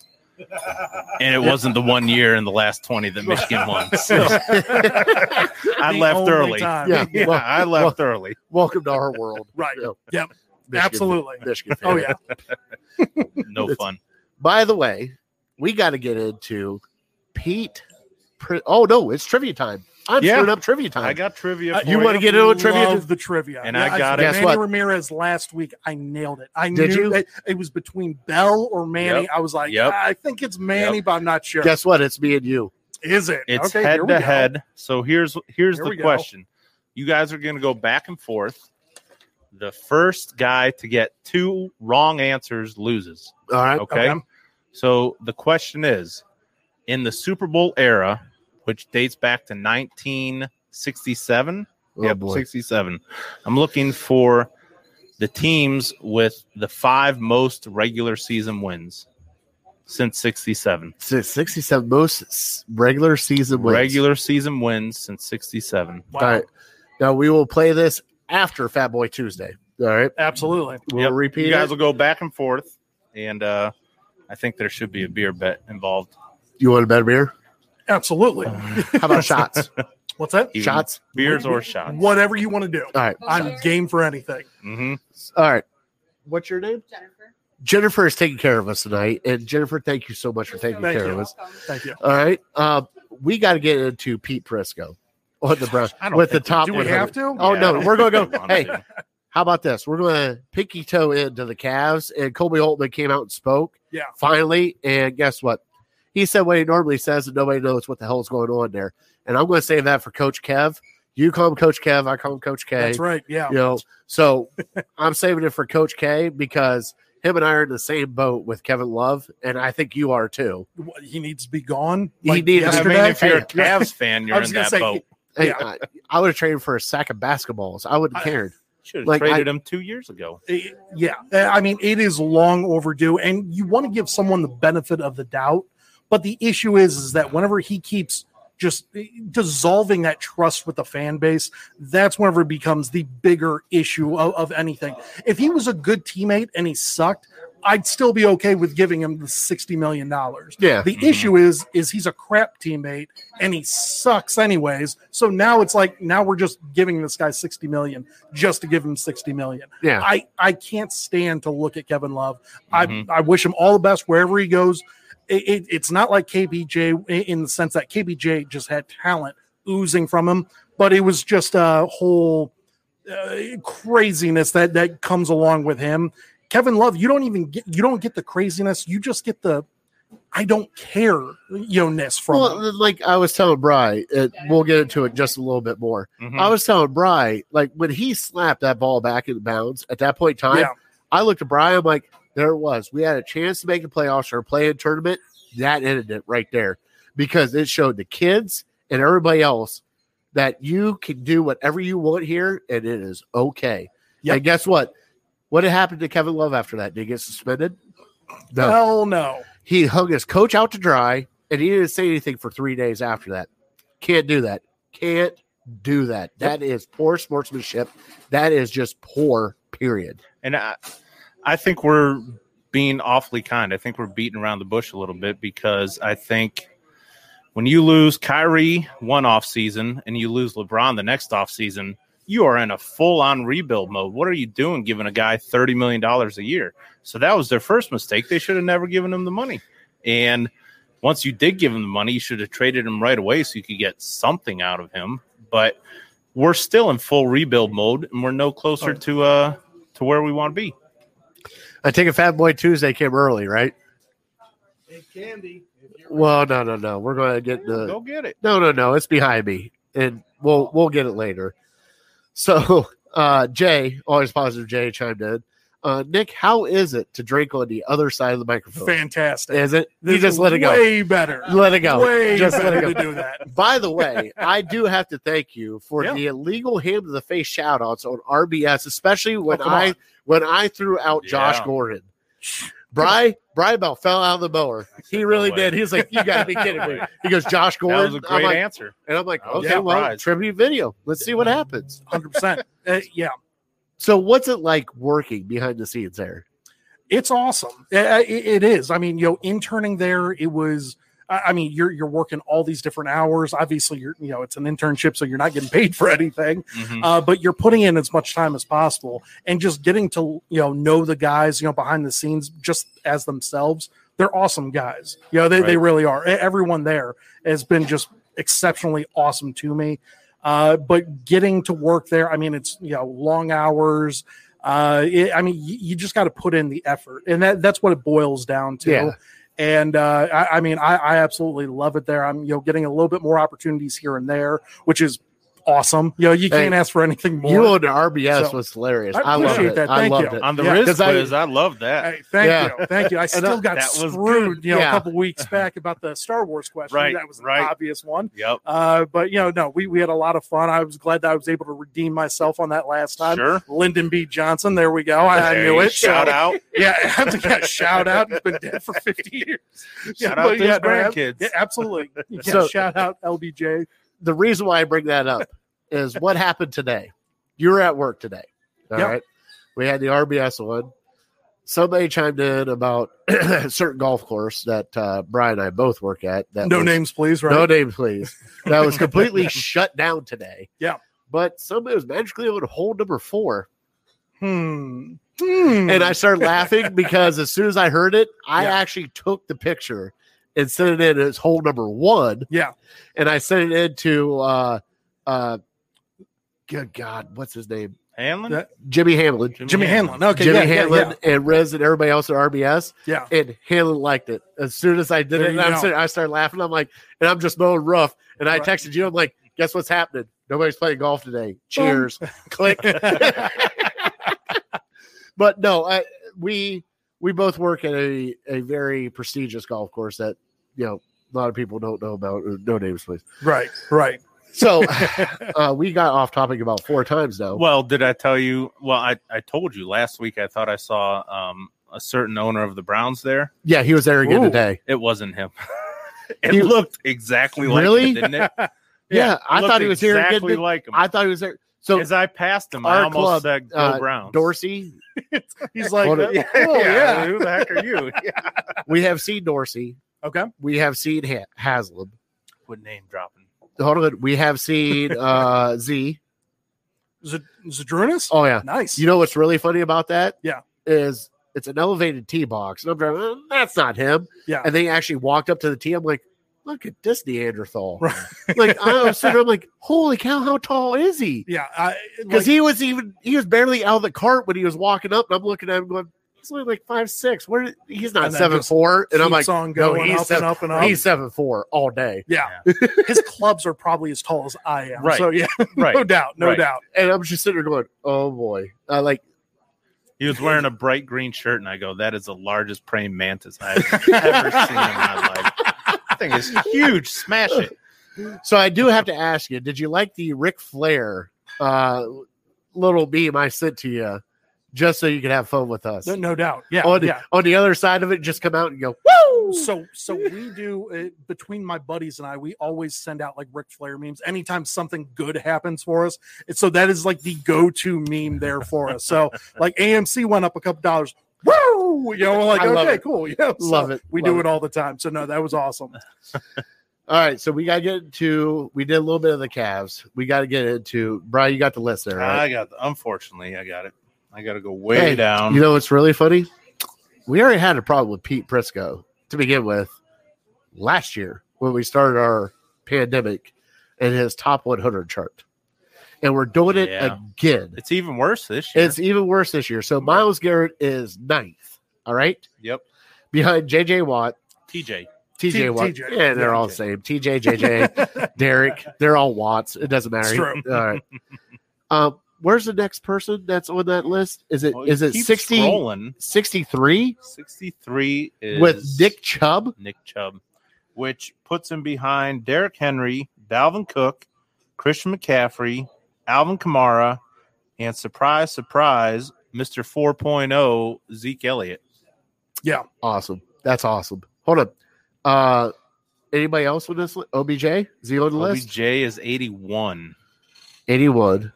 [SPEAKER 1] and it wasn't the one year in the last 20 that Michigan
[SPEAKER 2] <laughs>
[SPEAKER 1] won. So
[SPEAKER 3] <laughs>
[SPEAKER 1] <laughs> I
[SPEAKER 2] The
[SPEAKER 1] left
[SPEAKER 2] only
[SPEAKER 1] early.
[SPEAKER 2] time.
[SPEAKER 3] Yeah.
[SPEAKER 1] Yeah,
[SPEAKER 3] Well,
[SPEAKER 1] I left early.
[SPEAKER 3] Welcome to our world.
[SPEAKER 2] <laughs> Right.
[SPEAKER 3] You know,
[SPEAKER 2] Yep.
[SPEAKER 3] Michigan-
[SPEAKER 2] Absolutely.
[SPEAKER 3] Michigan.
[SPEAKER 2] Oh
[SPEAKER 3] fan.
[SPEAKER 2] yeah.
[SPEAKER 1] No
[SPEAKER 3] It's-
[SPEAKER 1] fun.
[SPEAKER 3] By the way, we got to get into Pete. Pri- oh no, it's trivia time. I'm
[SPEAKER 1] Yeah.
[SPEAKER 3] screwing up trivia time.
[SPEAKER 1] I got trivia.
[SPEAKER 2] Uh,
[SPEAKER 1] for
[SPEAKER 3] you wanna
[SPEAKER 2] I
[SPEAKER 3] get into a trivia?
[SPEAKER 2] Love the trivia,
[SPEAKER 1] And I got
[SPEAKER 3] it.
[SPEAKER 2] Manny
[SPEAKER 3] Guess what?
[SPEAKER 2] Ramirez last week. I nailed it. I
[SPEAKER 3] Did
[SPEAKER 2] knew
[SPEAKER 3] you?
[SPEAKER 2] that it was between Bell or Manny.
[SPEAKER 1] Yep.
[SPEAKER 2] I was like,
[SPEAKER 1] Yep.
[SPEAKER 2] I think it's Manny, but I'm not sure.
[SPEAKER 3] Guess what? It's me and you.
[SPEAKER 2] Is it?
[SPEAKER 1] It's
[SPEAKER 2] Okay,
[SPEAKER 1] head
[SPEAKER 2] here we
[SPEAKER 1] to
[SPEAKER 2] go.
[SPEAKER 1] head. So here's here's
[SPEAKER 2] Here
[SPEAKER 1] the
[SPEAKER 2] we go.
[SPEAKER 1] question. You guys are going to go back and forth. The first guy to get two wrong answers loses.
[SPEAKER 3] All right.
[SPEAKER 1] Okay? So the question is in the Super Bowl era, which dates back to 1967.
[SPEAKER 3] Oh,
[SPEAKER 1] yep,
[SPEAKER 3] boy.
[SPEAKER 1] 67. I'm looking for the teams with the five most regular season wins since 67.
[SPEAKER 3] Si- 67 most s- regular season wins.
[SPEAKER 1] Regular season wins since 67.
[SPEAKER 2] Wow.
[SPEAKER 3] All right. Now we will play this after Fat Boy Tuesday. All right.
[SPEAKER 2] Absolutely.
[SPEAKER 3] We'll
[SPEAKER 1] Yep,
[SPEAKER 3] repeat
[SPEAKER 1] You guys
[SPEAKER 3] it.
[SPEAKER 1] will go back and forth, and uh, I think there should be a beer bet involved.
[SPEAKER 3] You want a better beer?
[SPEAKER 2] Absolutely.
[SPEAKER 3] How
[SPEAKER 1] <laughs>
[SPEAKER 3] about shots?
[SPEAKER 2] What's that?
[SPEAKER 1] Even
[SPEAKER 3] shots.
[SPEAKER 1] beers or shots.
[SPEAKER 2] Whatever you want to do.
[SPEAKER 3] All right.
[SPEAKER 2] I'm game for anything.
[SPEAKER 1] hmm
[SPEAKER 3] All right. What's your name?
[SPEAKER 4] Jennifer.
[SPEAKER 3] Jennifer is taking care of us tonight. And Jennifer, thank you so much for taking
[SPEAKER 2] Thank
[SPEAKER 3] care
[SPEAKER 2] you.
[SPEAKER 3] of us.
[SPEAKER 2] Thank you.
[SPEAKER 3] All right. Um, we got to get into Pete Prisco on the Browns
[SPEAKER 1] I don't
[SPEAKER 3] with the
[SPEAKER 1] think we
[SPEAKER 3] top.
[SPEAKER 2] Do we
[SPEAKER 3] 100.
[SPEAKER 2] have to?
[SPEAKER 3] Oh, no, we're
[SPEAKER 1] <laughs>
[SPEAKER 3] gonna go-
[SPEAKER 1] Wanna
[SPEAKER 3] hey.
[SPEAKER 1] do.
[SPEAKER 3] How about this? We're going to pinky toe into the Cavs. And Colby Holtman came out and spoke.
[SPEAKER 2] Yeah.
[SPEAKER 3] Finally. And guess what? He said what he normally says, and nobody knows what the hell's going on there. And I'm going to save that for Coach Kev. You call him Coach Kev. I call him Coach K.
[SPEAKER 2] That's right. Yeah.
[SPEAKER 3] You know, so <laughs> I'm saving it for Coach K because him and I are in the same boat with Kevin Love, and I think you are too.
[SPEAKER 2] What, He needs to be gone.
[SPEAKER 3] He needs
[SPEAKER 1] I
[SPEAKER 3] to be-
[SPEAKER 1] mean, if you're a
[SPEAKER 2] yesterday?
[SPEAKER 1] Cavs fan, you're
[SPEAKER 2] was
[SPEAKER 1] in
[SPEAKER 2] gonna
[SPEAKER 1] that
[SPEAKER 2] say,
[SPEAKER 1] boat.
[SPEAKER 3] Hey,
[SPEAKER 2] Yeah.
[SPEAKER 3] I, I would have traded for a sack of basketballs. I wouldn't
[SPEAKER 2] I-
[SPEAKER 3] cared.
[SPEAKER 1] Should have
[SPEAKER 3] like, I-
[SPEAKER 1] traded him two years ago.
[SPEAKER 2] It- Eh, yeah i mean it is long overdue and you want to give someone the benefit of the doubt but the issue is is that whenever he keeps just eh, dissolving that trust with the fan base that's whenever it becomes the bigger issue of, of anything if he was a good teammate and he sucked i'd still be okay with giving him the 60 million dollars
[SPEAKER 3] Yeah. Mm-hmm.
[SPEAKER 2] the
[SPEAKER 1] Mhm.
[SPEAKER 2] issue is is he's a crap teammate and he sucks anyways so now it's like now we're just giving this guy 60 million just to give him 60 million
[SPEAKER 3] Yeah.
[SPEAKER 2] I I can't stand to look at Kevin Love. I
[SPEAKER 1] Mhm.
[SPEAKER 2] I wish him all the best wherever he goes. It, it- it's not like KBJ i- in the sense that KBJ just had talent oozing from him, but it was just a whole uh, craziness that that comes along with him. Kevin Love, you don't even get you don't get the craziness. You just get the I don't care yo ness from him.
[SPEAKER 3] Well, like I was telling Bry, it, we'll get into it just a little bit more.
[SPEAKER 2] Hmm.
[SPEAKER 1] Mhm.
[SPEAKER 3] I was telling Bry, like when he slapped that ball back in bounds at that point in time,
[SPEAKER 2] Yeah.
[SPEAKER 3] I looked at Bry, I'm like, there it was. We had a chance to make the playoffs or play in tournament. That ended it right there because it showed the kids and everybody else that you can do whatever you want here and it is okay.
[SPEAKER 2] Yep.
[SPEAKER 3] And guess what? What had happened to Kevin Love after that? Did he get suspended? No.
[SPEAKER 2] Hell no.
[SPEAKER 3] He hung his coach out to dry and he didn't say anything for three days after that. Can't do that. Can't do that. That is poor sportsmanship. That is just poor, period.
[SPEAKER 1] and I, I think we're being awfully kind. I think we're beating around the bush a little bit because I think when you lose Kyrie one off season and you lose LeBron the next off season, you are in a full on rebuild mode. What are you doing giving a guy thirty million dollars a year? So that was their first mistake. They should have never given him the money. And once you did give him the money, you should have traded him right away so you could get something out of him. But we're still in full rebuild mode, and we're no closer to uh to where we want to be.
[SPEAKER 3] I take a Fat Boy Tuesday came early, right?
[SPEAKER 4] It can be.
[SPEAKER 3] Well, no, no, no. We're going to get the
[SPEAKER 1] Go get it.
[SPEAKER 3] No, no, no. It's behind me, and we'll we'll get it later. So, <laughs> uh, Jay, always positive. Jay chimed in. Uh, Nick, how is it to drink on the other side of the microphone?
[SPEAKER 2] Fantastic.
[SPEAKER 3] Is it? You
[SPEAKER 2] This
[SPEAKER 3] just
[SPEAKER 2] is
[SPEAKER 3] let it go.
[SPEAKER 2] Way better.
[SPEAKER 3] Let it go.
[SPEAKER 2] Way
[SPEAKER 3] just let
[SPEAKER 2] better
[SPEAKER 3] it go.
[SPEAKER 2] to do that.
[SPEAKER 3] By the way, I do have to thank you for
[SPEAKER 2] Yeah.
[SPEAKER 3] the illegal hand to the face shout outs on RBS, especially when
[SPEAKER 2] come
[SPEAKER 3] I
[SPEAKER 2] on.
[SPEAKER 3] when I threw out Josh
[SPEAKER 1] Oh, Yeah.
[SPEAKER 3] Gordon. Bry Bry about fell out of the mower. He really
[SPEAKER 1] way.
[SPEAKER 3] did. He was like, "You got to be kidding me." He goes, "Josh
[SPEAKER 1] That
[SPEAKER 3] Gordon."
[SPEAKER 1] was a
[SPEAKER 3] I'm
[SPEAKER 1] great
[SPEAKER 3] like,
[SPEAKER 1] answer.
[SPEAKER 3] and I'm like,
[SPEAKER 1] I was
[SPEAKER 3] "Okay, well,
[SPEAKER 1] surprised. Mm-hmm.
[SPEAKER 3] tribute video. Let's see what happens." <laughs>
[SPEAKER 2] 100%. Uh, yeah.
[SPEAKER 3] So, what's it like working behind the scenes there?
[SPEAKER 2] it's awesome. I- I- it is. I mean, you know, interning there, it was. I I mean, you're you're working all these different hours. Obviously, you're you know it's an internship, so you're not getting paid for <laughs> anything.
[SPEAKER 1] Mhm.
[SPEAKER 2] Uh, but you're putting in as much time as possible, and just getting to you know know the guys you know behind the scenes just as themselves. They're awesome guys. You know, they they
[SPEAKER 1] Right.
[SPEAKER 2] really are. E- Everyone there has been just exceptionally awesome to me. Uh, but getting to work there, I mean, it's you know long hours. Uh, it, I mean, you, you just got to put in the effort, and that that's what it boils down to.
[SPEAKER 3] Yeah.
[SPEAKER 2] And uh, I, I mean, I, I absolutely love it there. I'm you know getting a little bit more opportunities here and there, which is awesome. You know, you
[SPEAKER 3] Hey,
[SPEAKER 2] can't ask for anything more.
[SPEAKER 3] You on the RBS
[SPEAKER 2] So-
[SPEAKER 3] was hilarious.
[SPEAKER 2] I
[SPEAKER 3] I, love
[SPEAKER 2] appreciate
[SPEAKER 3] it.
[SPEAKER 2] that.
[SPEAKER 3] I
[SPEAKER 2] Thank
[SPEAKER 3] loved
[SPEAKER 2] you.
[SPEAKER 3] it.
[SPEAKER 1] On the
[SPEAKER 2] Yeah.
[SPEAKER 1] Riz
[SPEAKER 3] 'Cause I-
[SPEAKER 1] quiz, I love that.
[SPEAKER 2] Hey, thank
[SPEAKER 3] Yeah.
[SPEAKER 2] you, thank you. I still got
[SPEAKER 1] that was
[SPEAKER 2] screwed, you know,
[SPEAKER 3] Yeah.
[SPEAKER 2] a couple weeks back about the Star Wars question.
[SPEAKER 1] Right,
[SPEAKER 2] that was an
[SPEAKER 1] right.
[SPEAKER 2] obvious one.
[SPEAKER 1] Yep.
[SPEAKER 2] Uh, but you know, no, we we had a lot of fun. I was glad that I was able to redeem myself on that last time.
[SPEAKER 1] Sure.
[SPEAKER 2] Lyndon B. Johnson, there we go. I, I
[SPEAKER 1] Hey,
[SPEAKER 2] knew it.
[SPEAKER 1] Shout
[SPEAKER 2] So-
[SPEAKER 3] <laughs>
[SPEAKER 1] out.
[SPEAKER 2] Yeah, <laughs> I have to get a shout out. He's been dead for 50 years. Yeah,
[SPEAKER 1] Shout
[SPEAKER 2] but
[SPEAKER 1] out to
[SPEAKER 2] yeah,
[SPEAKER 1] his
[SPEAKER 2] no, ab-
[SPEAKER 1] grandkids.
[SPEAKER 2] Yeah, absolutely. Yeah,
[SPEAKER 3] So-
[SPEAKER 2] shout out LBJ.
[SPEAKER 3] the reason why I bring that up is what happened today. You were at work today. all right?
[SPEAKER 2] Yeah.
[SPEAKER 3] We had the RBS one. Somebody chimed in about <clears throat> a certain golf course that uh, Brian and I both work at. That
[SPEAKER 2] No
[SPEAKER 3] was-
[SPEAKER 2] names, please, right?
[SPEAKER 3] No name, please.
[SPEAKER 2] <laughs>
[SPEAKER 3] That was completely shut down today.
[SPEAKER 2] Yeah.
[SPEAKER 3] But somebody was magically able to hold number four.
[SPEAKER 2] Hmm. Hmm.
[SPEAKER 3] And I started
[SPEAKER 2] <laughs>
[SPEAKER 3] laughing because as soon as I heard it, I
[SPEAKER 2] Yeah.
[SPEAKER 3] actually took the picture and sent it in as hole number one.
[SPEAKER 2] yeah,
[SPEAKER 3] and I sent it in to uh uh good God, what's his name?
[SPEAKER 1] Hanlon?
[SPEAKER 2] That-
[SPEAKER 3] Jimmy Hamlin.
[SPEAKER 2] Jimmy Hanlon. Okay,
[SPEAKER 3] Jimmy
[SPEAKER 2] yeah, yeah,
[SPEAKER 3] Hamlin
[SPEAKER 2] yeah.
[SPEAKER 3] and Riz and everybody else at RBS.
[SPEAKER 2] Yeah.
[SPEAKER 3] And Hamlin liked it. As soon as I
[SPEAKER 2] There
[SPEAKER 3] did it,
[SPEAKER 2] you
[SPEAKER 3] and I'm
[SPEAKER 2] go.
[SPEAKER 3] sitting- I started laughing. I'm like, and I'm just mowing rough. And I
[SPEAKER 2] Right.
[SPEAKER 3] texted you, I'm like, guess what's happening? Nobody's playing golf today.
[SPEAKER 2] <laughs>
[SPEAKER 3] Cheers. Click. but no, I, we we both work at a, a very prestigious golf course that you know a lot of people don't know about. No names, please.
[SPEAKER 2] Right, right.
[SPEAKER 3] So <laughs> uh, we got off topic about four times now.
[SPEAKER 1] Well, did I tell you? Well, I, I told you last week I thought I saw um, a certain owner of the Browns there.
[SPEAKER 3] yeah, he was there again
[SPEAKER 2] Ooh.
[SPEAKER 3] today.
[SPEAKER 1] It wasn't him. <laughs> it
[SPEAKER 3] You-
[SPEAKER 1] looked exactly like
[SPEAKER 3] Really?
[SPEAKER 1] him, didn't it?
[SPEAKER 3] Yeah, <laughs> I
[SPEAKER 1] looked
[SPEAKER 3] thought he was here again.
[SPEAKER 1] exactly
[SPEAKER 3] didn't-
[SPEAKER 1] like him.
[SPEAKER 3] I thought he was there. So
[SPEAKER 1] As I passed him,
[SPEAKER 3] our
[SPEAKER 1] I almost
[SPEAKER 3] club,
[SPEAKER 1] said, "Go
[SPEAKER 3] uh,
[SPEAKER 1] Browns."
[SPEAKER 3] Dorsey,
[SPEAKER 2] He's like,
[SPEAKER 3] Hold
[SPEAKER 2] oh,
[SPEAKER 3] it. <laughs>
[SPEAKER 2] yeah.
[SPEAKER 1] Who the heck are you?
[SPEAKER 3] we have seen Dorsey.
[SPEAKER 2] Okay.
[SPEAKER 3] We have seen ha- Haslam.
[SPEAKER 1] With name dropping.
[SPEAKER 3] Hold on, we have seen uh, <laughs> Z.
[SPEAKER 2] Z- Zadrunas?
[SPEAKER 3] Oh yeah.
[SPEAKER 2] nice.
[SPEAKER 3] You know what's really funny about that?
[SPEAKER 2] Yeah.
[SPEAKER 3] is it's an elevated tee box, and I'm driving. "Uh, That's not him.
[SPEAKER 2] Yeah.
[SPEAKER 3] and they actually walked up to the tee. I'm like, look at this Neanderthal.
[SPEAKER 2] Right.
[SPEAKER 3] Like I was sitting, there, I'm like, holy cow, how tall is he?
[SPEAKER 2] yeah, I,
[SPEAKER 3] because
[SPEAKER 2] like,
[SPEAKER 3] he was even he was barely out of the cart when he was walking up, and I'm looking at him going, he's only like five six. Where he's not
[SPEAKER 2] And then
[SPEAKER 3] seven
[SPEAKER 2] just
[SPEAKER 3] four, and I'm like,
[SPEAKER 2] keeps on
[SPEAKER 3] no,
[SPEAKER 2] going
[SPEAKER 3] he's
[SPEAKER 2] up
[SPEAKER 3] seven-
[SPEAKER 2] and up and up.
[SPEAKER 3] he's seven four all day,
[SPEAKER 2] yeah, <laughs> his clubs are probably as tall as I am.
[SPEAKER 1] Right.
[SPEAKER 2] So yeah,
[SPEAKER 1] Right.
[SPEAKER 2] no doubt, no
[SPEAKER 1] Right.
[SPEAKER 2] doubt.
[SPEAKER 3] and I'm just sitting there going, oh boy, I like
[SPEAKER 1] He was wearing a bright green shirt, and I go, "That is the largest praying mantis I've ever seen in my life." That thing is huge. Smash it.
[SPEAKER 3] so. I do have to ask you, did you like the Ric Flair uh, little beam I sent to you, just so you could have fun with us?
[SPEAKER 2] No, no doubt. Yeah,
[SPEAKER 3] on, the,
[SPEAKER 2] yeah.
[SPEAKER 3] on the other side of it, just come out and go, woo!
[SPEAKER 2] So, so we do it, between my buddies and I. We always send out like Ric Flair memes anytime something good happens for us. And so that is like the go-to meme there for us. So, like AMC went up a couple dollars. Woo! You know, we're like
[SPEAKER 3] I love
[SPEAKER 2] okay,
[SPEAKER 3] it.
[SPEAKER 2] cool. <laughs> Yeah, so
[SPEAKER 3] Love it.
[SPEAKER 2] We
[SPEAKER 3] Love
[SPEAKER 2] do
[SPEAKER 3] it.
[SPEAKER 2] it all the time. So no, that was awesome.
[SPEAKER 3] All right, so we got to get into. We did a little bit of the Cavs. We got to get into. Brian, you got the list there, right?
[SPEAKER 1] I got. Unfortunately, I got it. I got to go way
[SPEAKER 3] Hey,
[SPEAKER 1] down.
[SPEAKER 3] You know what's really funny? We already had a problem with Pete Prisco to begin with. last year when we started our pandemic and his top 100 chart. And we're doing it
[SPEAKER 1] Yeah.
[SPEAKER 3] again.
[SPEAKER 1] It's even worse this year.
[SPEAKER 3] It's even worse this year. So Miles Garrett is ninth. All right.
[SPEAKER 1] yep.
[SPEAKER 3] Behind JJ Watt,
[SPEAKER 1] TJ.
[SPEAKER 3] TJ
[SPEAKER 2] T-
[SPEAKER 3] Watt.
[SPEAKER 2] TJ.
[SPEAKER 3] Yeah, they're all the
[SPEAKER 1] TJ.
[SPEAKER 3] same.
[SPEAKER 2] <laughs>
[SPEAKER 3] TJ, JJ, <laughs> Derek. They're all Watts. It doesn't matter.
[SPEAKER 2] It's true.
[SPEAKER 3] All right. Um, where's the next person that's on that list? Is it is
[SPEAKER 1] Well,
[SPEAKER 3] it
[SPEAKER 1] keep
[SPEAKER 3] 60,
[SPEAKER 1] Scrolling.
[SPEAKER 3] 63
[SPEAKER 1] 63 is
[SPEAKER 3] with Nick Chubb?
[SPEAKER 1] Nick Chubb, which puts him behind Derrick Henry, Dalvin Cook, Christian McCaffrey, Alvin Kamara, and surprise, surprise, Mr. 4.0, oh, Zeke Elliott.
[SPEAKER 3] Awesome. That's awesome. Hold up. Uh anybody else on this list? OBJ? Zero on the list?
[SPEAKER 1] OBJ is 81.
[SPEAKER 3] 81.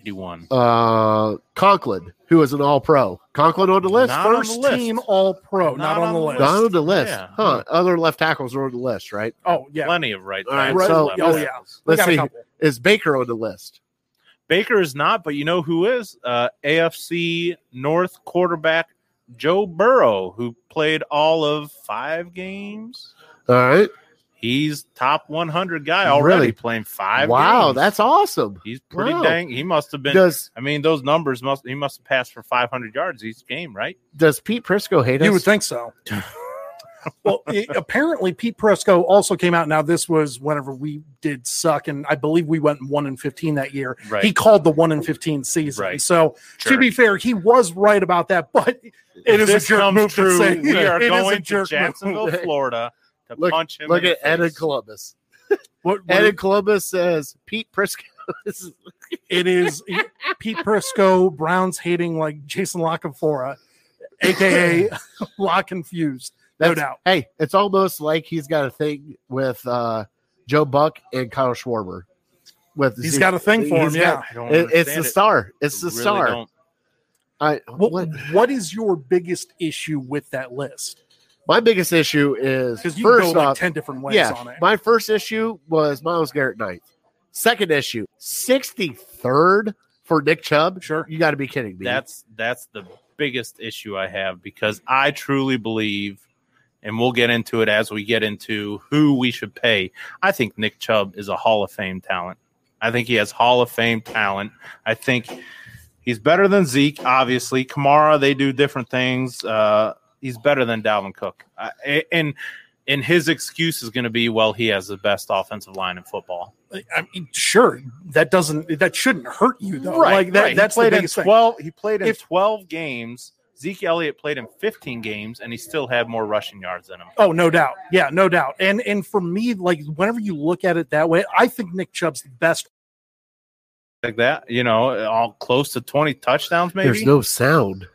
[SPEAKER 1] 81.
[SPEAKER 3] Uh Conklin, who is an all pro. Conklin on the list.
[SPEAKER 1] Not on the
[SPEAKER 3] First
[SPEAKER 1] list.
[SPEAKER 2] Team All Pro, not, on, the list.
[SPEAKER 3] Not on the list.
[SPEAKER 1] Yeah.
[SPEAKER 3] Huh. Other left tackles are on the list, right?
[SPEAKER 2] Oh yeah,
[SPEAKER 1] Plenty of right
[SPEAKER 3] All right,
[SPEAKER 1] backs,
[SPEAKER 3] so-
[SPEAKER 1] left
[SPEAKER 2] oh,
[SPEAKER 1] backs.
[SPEAKER 2] yeah. We
[SPEAKER 3] Let's
[SPEAKER 2] got a
[SPEAKER 3] see.
[SPEAKER 2] couple.
[SPEAKER 3] Is Baker on the list?
[SPEAKER 1] Baker is not, but you know who is? Uh, AFC North quarterback Joe Burrow, who played all of five games.
[SPEAKER 3] All right.
[SPEAKER 1] He's top 100 guy already
[SPEAKER 3] Really?
[SPEAKER 1] playing five.
[SPEAKER 3] wow,
[SPEAKER 1] games.
[SPEAKER 3] that's awesome.
[SPEAKER 1] he's pretty
[SPEAKER 3] wow.
[SPEAKER 1] dang. He must have been.
[SPEAKER 3] Does
[SPEAKER 1] I mean, those numbers must he must have passed for 500 yards each game, right?
[SPEAKER 3] does Pete Prisco hate us?
[SPEAKER 2] You would think
[SPEAKER 3] <laughs>
[SPEAKER 2] so. well, i apparently Pete Presco also came out. Now this was whenever we did suck, and I believe we went one and fifteen that year.
[SPEAKER 1] Right.
[SPEAKER 2] He called the one and fifteen season.
[SPEAKER 1] Right.
[SPEAKER 2] So to
[SPEAKER 1] Jerk.
[SPEAKER 2] be fair, he was right about that. But it
[SPEAKER 1] If
[SPEAKER 2] is a
[SPEAKER 1] this
[SPEAKER 2] jerk
[SPEAKER 1] comes
[SPEAKER 2] move to
[SPEAKER 1] true,
[SPEAKER 2] say-
[SPEAKER 1] we are
[SPEAKER 2] it is a
[SPEAKER 1] going to
[SPEAKER 2] jerk move. <laughs>
[SPEAKER 1] Jacksonville, Florida, to
[SPEAKER 3] Look-
[SPEAKER 1] punch him.
[SPEAKER 3] Look
[SPEAKER 1] in
[SPEAKER 3] at
[SPEAKER 1] the
[SPEAKER 3] Ed in
[SPEAKER 1] face.
[SPEAKER 3] Columbus.
[SPEAKER 2] what,
[SPEAKER 3] Ed
[SPEAKER 2] what
[SPEAKER 3] in Columbus says Pete Prisco. <laughs> this is
[SPEAKER 2] it
[SPEAKER 3] <laughs>
[SPEAKER 2] is, Pete Presco, Browns hating like Jason Lockenfora, aka
[SPEAKER 3] <laughs>
[SPEAKER 2] <laughs> Lock Confused. No
[SPEAKER 3] That's-
[SPEAKER 2] doubt.
[SPEAKER 3] Hey, it's almost like he's got a thing with uh, Joe Buck and Kyle Schwarber. With
[SPEAKER 2] He's
[SPEAKER 3] Zeke.
[SPEAKER 2] got a thing for him.
[SPEAKER 3] He's
[SPEAKER 2] Yeah.
[SPEAKER 3] got-
[SPEAKER 1] I don't
[SPEAKER 3] It- it's
[SPEAKER 1] understand
[SPEAKER 3] the
[SPEAKER 1] it.
[SPEAKER 3] star. It's the
[SPEAKER 1] Really
[SPEAKER 3] star.
[SPEAKER 1] don't.
[SPEAKER 3] I,
[SPEAKER 2] what
[SPEAKER 3] what,
[SPEAKER 2] what is your biggest issue with that list?
[SPEAKER 3] my biggest issue is
[SPEAKER 2] because you can
[SPEAKER 3] first
[SPEAKER 2] go like
[SPEAKER 3] off,
[SPEAKER 2] 10 different ways
[SPEAKER 3] yeah,
[SPEAKER 2] on it.
[SPEAKER 3] my first issue was Miles Garrett ninth. Second issue, sixty third for Nick Chubb.
[SPEAKER 2] Sure.
[SPEAKER 3] You got to be kidding me.
[SPEAKER 1] That's that's the biggest issue I have because I truly believe, and we'll get into it as we get into who we should pay. I think Nick Chubb is a Hall of Fame talent. I think he has Hall of Fame talent. I think he's better than Zeke, obviously. Kamara, they do different things. Uh, he's better than Dalvin Cook, I, and and his excuse is going to be, well, he has the best offensive line in football.
[SPEAKER 2] I mean, sure, that doesn't that shouldn't hurt you though. like that,
[SPEAKER 1] He
[SPEAKER 2] that's the
[SPEAKER 1] played
[SPEAKER 2] biggest
[SPEAKER 1] in
[SPEAKER 2] thing.
[SPEAKER 1] twelve. He played in
[SPEAKER 2] If-
[SPEAKER 1] twelve games. Zeke Elliott played in fifteen games, and he still had more rushing yards than him.
[SPEAKER 2] Oh, no doubt. Yeah, no doubt. And and for me, like whenever you look at it that way, I think Nick Chubb's the best.
[SPEAKER 1] Like that, you know, all close to twenty touchdowns,
[SPEAKER 3] there's
[SPEAKER 1] maybe
[SPEAKER 3] no sound.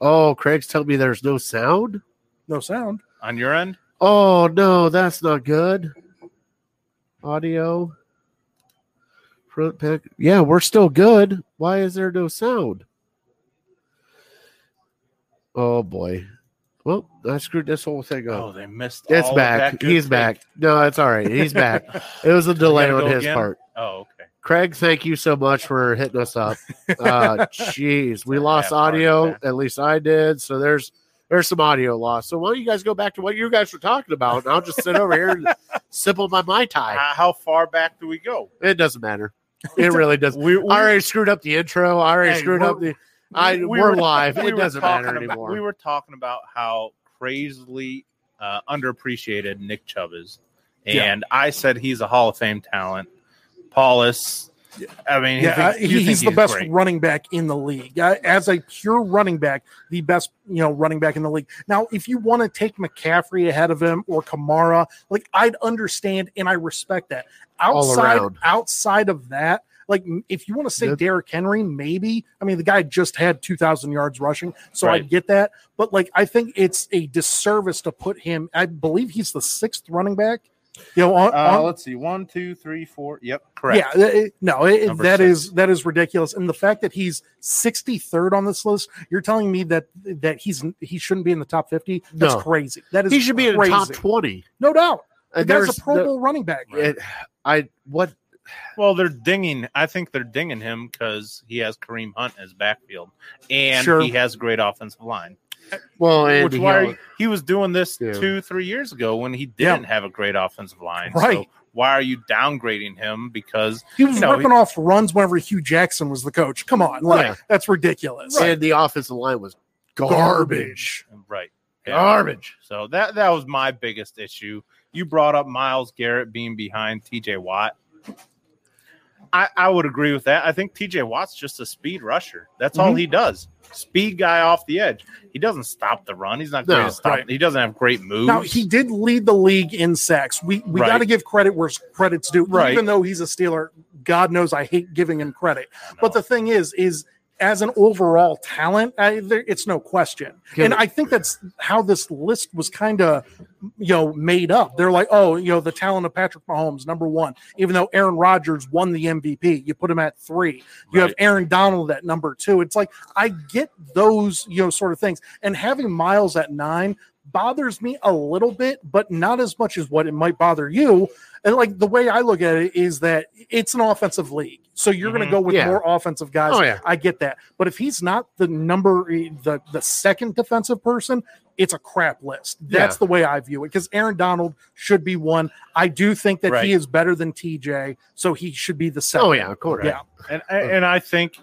[SPEAKER 3] Oh, Craig's telling me there's no sound.
[SPEAKER 2] No sound.
[SPEAKER 1] on your end.
[SPEAKER 3] Oh no, that's not good. Audio. Front pack. Yeah, we're still good. Why is there no sound? Oh boy. Well, I screwed this whole thing
[SPEAKER 1] Oh,
[SPEAKER 3] up.
[SPEAKER 1] they missed.
[SPEAKER 3] it's
[SPEAKER 1] all of that
[SPEAKER 3] back.
[SPEAKER 1] good
[SPEAKER 3] He's
[SPEAKER 1] pick.
[SPEAKER 3] back. No, it's all right. He's back.
[SPEAKER 1] <laughs>
[SPEAKER 3] It was a delay
[SPEAKER 1] gotta
[SPEAKER 3] on
[SPEAKER 1] go
[SPEAKER 3] his
[SPEAKER 1] again?
[SPEAKER 3] part.
[SPEAKER 1] Oh, okay.
[SPEAKER 3] Craig, thank you so much for hitting us up.
[SPEAKER 1] <laughs>
[SPEAKER 3] Uh jeez, we
[SPEAKER 1] It's a
[SPEAKER 3] lost
[SPEAKER 1] bad part of
[SPEAKER 3] audio.
[SPEAKER 1] that.
[SPEAKER 3] At least I did. So there's there's some audio loss. So why don't you guys go back to what you guys were talking about? And I'll just sit over
[SPEAKER 1] <laughs>
[SPEAKER 3] here and sip on my mai tai.
[SPEAKER 1] How, how far back do we go?
[SPEAKER 3] It doesn't matter. It really doesn't.
[SPEAKER 1] We,
[SPEAKER 3] I already screwed up the intro. I already
[SPEAKER 1] Hey,
[SPEAKER 3] screwed
[SPEAKER 1] we're-
[SPEAKER 3] up the. I
[SPEAKER 1] we
[SPEAKER 3] we are
[SPEAKER 1] were-
[SPEAKER 3] live.
[SPEAKER 1] we
[SPEAKER 3] It
[SPEAKER 1] were
[SPEAKER 3] doesn't matter
[SPEAKER 1] talking about-
[SPEAKER 3] anymore.
[SPEAKER 1] we were talking about how crazily uh, underappreciated Nick Chubb is,
[SPEAKER 2] Yeah.
[SPEAKER 1] and I said he's a Hall of Fame talent. Paulus, I mean, you
[SPEAKER 2] Yeah,
[SPEAKER 1] think-
[SPEAKER 2] I-
[SPEAKER 1] you
[SPEAKER 2] he-
[SPEAKER 1] think
[SPEAKER 2] he's the best
[SPEAKER 1] great.
[SPEAKER 2] running back in the league. I- As a pure running back, the best you know running back in the league. Now, if you want to take McCaffrey ahead of him or Kamara, like I'd understand and I respect that.
[SPEAKER 3] All
[SPEAKER 2] Outside
[SPEAKER 3] around.
[SPEAKER 2] outside of that, like m- if you want to say
[SPEAKER 3] Yep.
[SPEAKER 2] Derrick Henry, maybe I mean the guy just had two thousand yards rushing, so I
[SPEAKER 1] Right.
[SPEAKER 2] get that. But like I think it's a disservice to put him. I believe he's the sixth running back. You know, on,
[SPEAKER 1] Uh,
[SPEAKER 2] on-
[SPEAKER 1] let's see, one, two, three, four. Yep, correct.
[SPEAKER 2] yeah, th- it- no, it,
[SPEAKER 1] Number
[SPEAKER 2] that
[SPEAKER 1] six.
[SPEAKER 2] is that is ridiculous, and the fact that he's 63rd on this list, you're telling me that that he's he shouldn't be in the top 50. That's
[SPEAKER 3] No.
[SPEAKER 2] crazy. That is
[SPEAKER 3] he should be in the
[SPEAKER 2] crazy.
[SPEAKER 3] top twenty.
[SPEAKER 2] No doubt, the
[SPEAKER 3] And
[SPEAKER 2] guy's
[SPEAKER 3] there's
[SPEAKER 2] a Pro
[SPEAKER 3] no-
[SPEAKER 2] Bowl running back.
[SPEAKER 3] it- I what
[SPEAKER 1] Well, they're dinging. I think they're dinging him because he has Kareem Hunt in his backfield, and
[SPEAKER 2] Sure.
[SPEAKER 1] he has a great offensive line.
[SPEAKER 3] Well,
[SPEAKER 1] Which
[SPEAKER 3] Andy
[SPEAKER 1] why
[SPEAKER 3] Hill-
[SPEAKER 1] he was doing this
[SPEAKER 3] Yeah.
[SPEAKER 1] two, three years ago when he
[SPEAKER 2] Yeah.
[SPEAKER 1] didn't have a great offensive line.
[SPEAKER 2] Right.
[SPEAKER 1] So why are you downgrading him? Because
[SPEAKER 2] He was
[SPEAKER 1] You know,
[SPEAKER 2] ripping off runs whenever Hugh Jackson was the coach. Come on, like
[SPEAKER 3] Yeah.
[SPEAKER 2] that's ridiculous.
[SPEAKER 3] and the offensive line was garbage.
[SPEAKER 1] right. Yeah.
[SPEAKER 3] Garbage.
[SPEAKER 1] So that that was my biggest issue. You brought up Miles Garrett being behind TJ Watt. I, I would agree with that. I think TJ Watt's just a speed rusher. That's
[SPEAKER 2] Mm-hmm.
[SPEAKER 1] all he does. Speed guy off the edge. He doesn't stop the run. He's not
[SPEAKER 3] No,
[SPEAKER 1] great at stop.
[SPEAKER 2] right.
[SPEAKER 1] He doesn't have great moves.
[SPEAKER 2] Now he did lead the league in sacks. We we
[SPEAKER 1] Right.
[SPEAKER 2] got to give credit where credit's due.
[SPEAKER 1] Right.
[SPEAKER 2] Even though he's a Steeler, God knows I hate giving him credit.
[SPEAKER 1] No.
[SPEAKER 2] But the thing is, is as an overall talent, I, there, it's no question.
[SPEAKER 3] Can-
[SPEAKER 2] and I think that's how this list was kind of, you know, made up. They're like, oh, you know, the talent of Patrick Mahomes, number one. Even though Aaron Rodgers won the MVP, you put him at three. You have
[SPEAKER 1] Right.
[SPEAKER 2] Aaron Donald at number two. It's like I get those, you know, sort of things. And having Miles at nine bothers me a little bit, but not as much as what it might bother you. And like the way I look at it is that it's an offensive league. So you're going
[SPEAKER 1] Mhm.
[SPEAKER 2] to go with
[SPEAKER 3] Yeah.
[SPEAKER 2] more offensive guys.
[SPEAKER 3] Mm-hmm. Oh, yeah.
[SPEAKER 2] I get that. But if he's not the number eh, the the second defensive person, it's a crap list. That's
[SPEAKER 3] Yeah.
[SPEAKER 2] the way I view it because Aaron Donald should be one. I do think that
[SPEAKER 1] Right.
[SPEAKER 2] he is better than TJ, so he should be the second.
[SPEAKER 3] Oh yeah, of course.
[SPEAKER 2] Yeah.
[SPEAKER 1] And and I think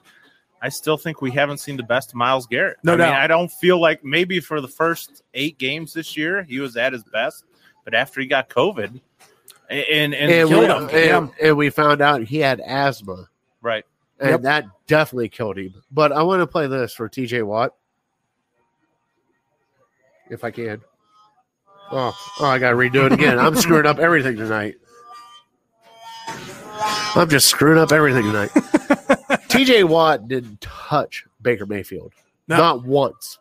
[SPEAKER 1] I still think we haven't seen the best of Miles Garrett.
[SPEAKER 2] No
[SPEAKER 1] I
[SPEAKER 2] doubt.
[SPEAKER 1] Mean, I don't feel like maybe for the first eight games this year he was at his best, but after he got COVID, and and, and
[SPEAKER 3] And, we,
[SPEAKER 1] killed
[SPEAKER 2] him.
[SPEAKER 1] him.
[SPEAKER 3] and- and we found out he had asthma,
[SPEAKER 1] Right.
[SPEAKER 3] and
[SPEAKER 2] Yep.
[SPEAKER 3] that definitely killed him. But I want to play this for TJ Watt, if I can. Oh, oh, I gotta redo it again. I'm screwing up everything tonight. I'm just screwing up
[SPEAKER 2] <laughs>
[SPEAKER 3] everything tonight. TJ Watt didn't touch Baker Mayfield,
[SPEAKER 2] No.
[SPEAKER 3] not once.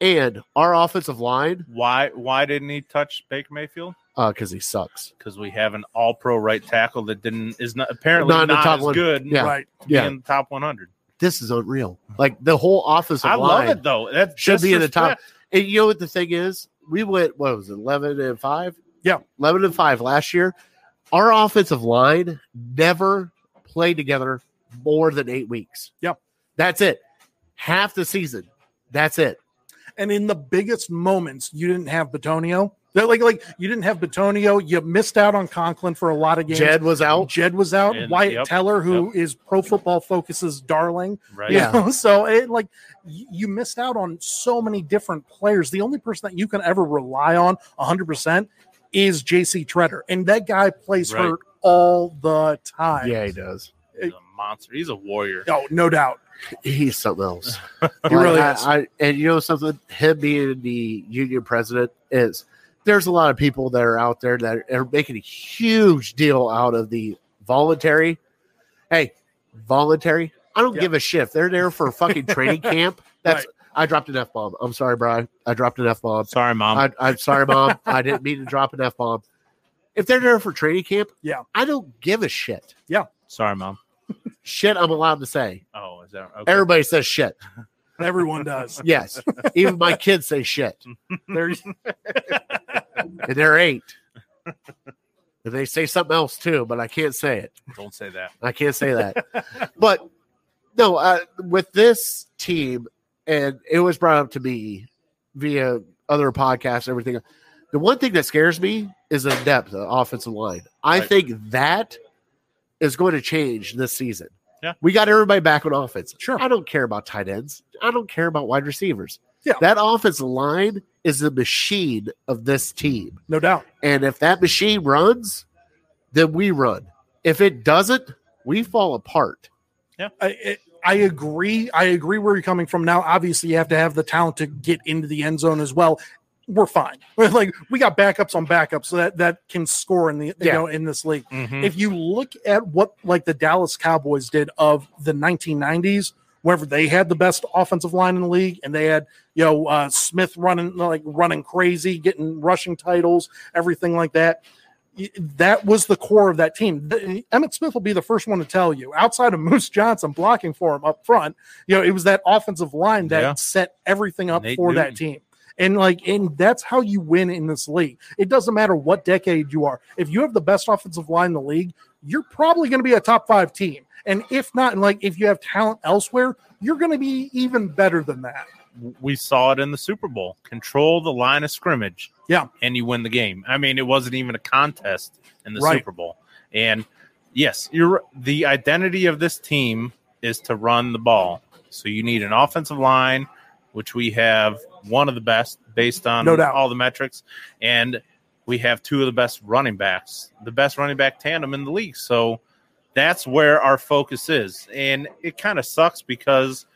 [SPEAKER 3] And our offensive line,
[SPEAKER 1] Why why didn't he touch Baker Mayfield?
[SPEAKER 3] because he sucks.
[SPEAKER 1] Because we have an all pro right tackle that didn't is not apparently
[SPEAKER 3] Not
[SPEAKER 1] not,
[SPEAKER 3] in the top
[SPEAKER 1] as
[SPEAKER 3] one.
[SPEAKER 1] good
[SPEAKER 3] Yeah.
[SPEAKER 2] Right.
[SPEAKER 3] Yeah,
[SPEAKER 1] in the top one hundred.
[SPEAKER 3] this is unreal. Like the whole offensive
[SPEAKER 1] I
[SPEAKER 3] line.
[SPEAKER 1] love it though. That
[SPEAKER 3] should be in the top. And you know what the thing is? We went what was it, eleven and five?
[SPEAKER 2] Yeah.
[SPEAKER 3] eleven and five last year. Our offensive line never played together more than eight weeks.
[SPEAKER 2] Yep.
[SPEAKER 3] that's it. Half the season. That's it.
[SPEAKER 2] And in the biggest moments, you didn't have Batonio. That like like you didn't have Batonio. You missed out on Conklin for a lot of games.
[SPEAKER 3] Jed was out.
[SPEAKER 2] Jed was out.
[SPEAKER 1] And-
[SPEAKER 2] Wyatt
[SPEAKER 1] yep,
[SPEAKER 2] Teller, who is Pro Football Focus's darling,
[SPEAKER 1] Right.
[SPEAKER 2] you
[SPEAKER 3] Yeah.
[SPEAKER 2] know, so it like y- you missed out on so many different players. The only person that you can ever rely on 100% is JC Treader, and that guy plays
[SPEAKER 1] Right.
[SPEAKER 2] hurt all the time.
[SPEAKER 3] Yeah, he does.
[SPEAKER 1] He's a monster. He's a warrior.
[SPEAKER 2] Oh, no doubt.
[SPEAKER 3] He's
[SPEAKER 2] <laughs>
[SPEAKER 3] something else.
[SPEAKER 2] He really
[SPEAKER 3] I,
[SPEAKER 2] is.
[SPEAKER 3] I- and you know something? Him being the union president is there's a lot of people that are out there that are making a huge deal out of the voluntary. Hey, voluntary. I don't
[SPEAKER 2] Yeah.
[SPEAKER 3] give a shit. They're there for a
[SPEAKER 2] <laughs>
[SPEAKER 3] fucking training camp. That's I dropped an F bomb. I'm sorry, Brian. I dropped an F bomb.
[SPEAKER 1] Sorry, mom.
[SPEAKER 3] I, I'm sorry, mom. I didn't mean to drop an F bomb. If they're there for training camp,
[SPEAKER 2] Yeah.
[SPEAKER 3] I don't give a shit.
[SPEAKER 1] Sorry, mom.
[SPEAKER 3] Shit, I'm allowed to say.
[SPEAKER 1] Oh, is that okay?
[SPEAKER 3] Everybody says shit.
[SPEAKER 2] Everyone does.
[SPEAKER 3] Yes, even my kids say shit.
[SPEAKER 2] There,
[SPEAKER 3] and they're eight. And they say something else too, but I can't say it.
[SPEAKER 1] Don't say that.
[SPEAKER 3] I can't say that. but no, uh, with this team, and it was brought up to me via other podcasts, everything. The one thing that scares me is the depth of the offensive line. I
[SPEAKER 1] Right.
[SPEAKER 3] think that is going to change this season.
[SPEAKER 1] Yeah.
[SPEAKER 3] We got everybody back on offense.
[SPEAKER 2] Sure.
[SPEAKER 3] I don't care about tight ends. I don't care about wide receivers.
[SPEAKER 2] Yeah.
[SPEAKER 3] That offensive line is the machine of this team.
[SPEAKER 2] no doubt.
[SPEAKER 3] And if that machine runs, then we run. If it doesn't, we fall apart.
[SPEAKER 2] I, it, I agree. I agree where you're coming from. Now, obviously, you have to have the talent to get into the end zone as well. We're fine. <laughs> like we got backups on backups so that that can score in the you
[SPEAKER 3] Yeah.
[SPEAKER 2] know in this league.
[SPEAKER 1] Mhm.
[SPEAKER 2] if you look at what like the Dallas Cowboys did of the 1990s, wherever they had the best offensive line in the league, and they had you know uh, Smith running like running crazy, getting rushing titles, everything like that. Y- That was the core of that team. The- Emmett Smith will be the first one to tell you. Outside of Moose Johnson blocking for him up front, you know it was that offensive line that
[SPEAKER 1] Yeah.
[SPEAKER 2] set everything up
[SPEAKER 1] Nate
[SPEAKER 2] for
[SPEAKER 1] Newton.
[SPEAKER 2] that team. And like, and that's how you win in this league. It doesn't matter what decade you are. If you have the best offensive line in the league, you're probably going to be a top five team. And if not, and like if you have talent elsewhere, you're going to be even better than that.
[SPEAKER 1] we saw it in the Super Bowl. Control the line of scrimmage.
[SPEAKER 2] Yeah.
[SPEAKER 1] And you win the game. I mean, it wasn't even a contest in the
[SPEAKER 2] Right.
[SPEAKER 1] Super Bowl. And yes, you're the identity of this team is to run the ball. So you need an offensive line, which we have one of the best based on
[SPEAKER 2] No doubt.
[SPEAKER 1] all the metrics. And we have two of the best running backs, the best running back tandem in the league. So that's where our focus is. And it kind of sucks because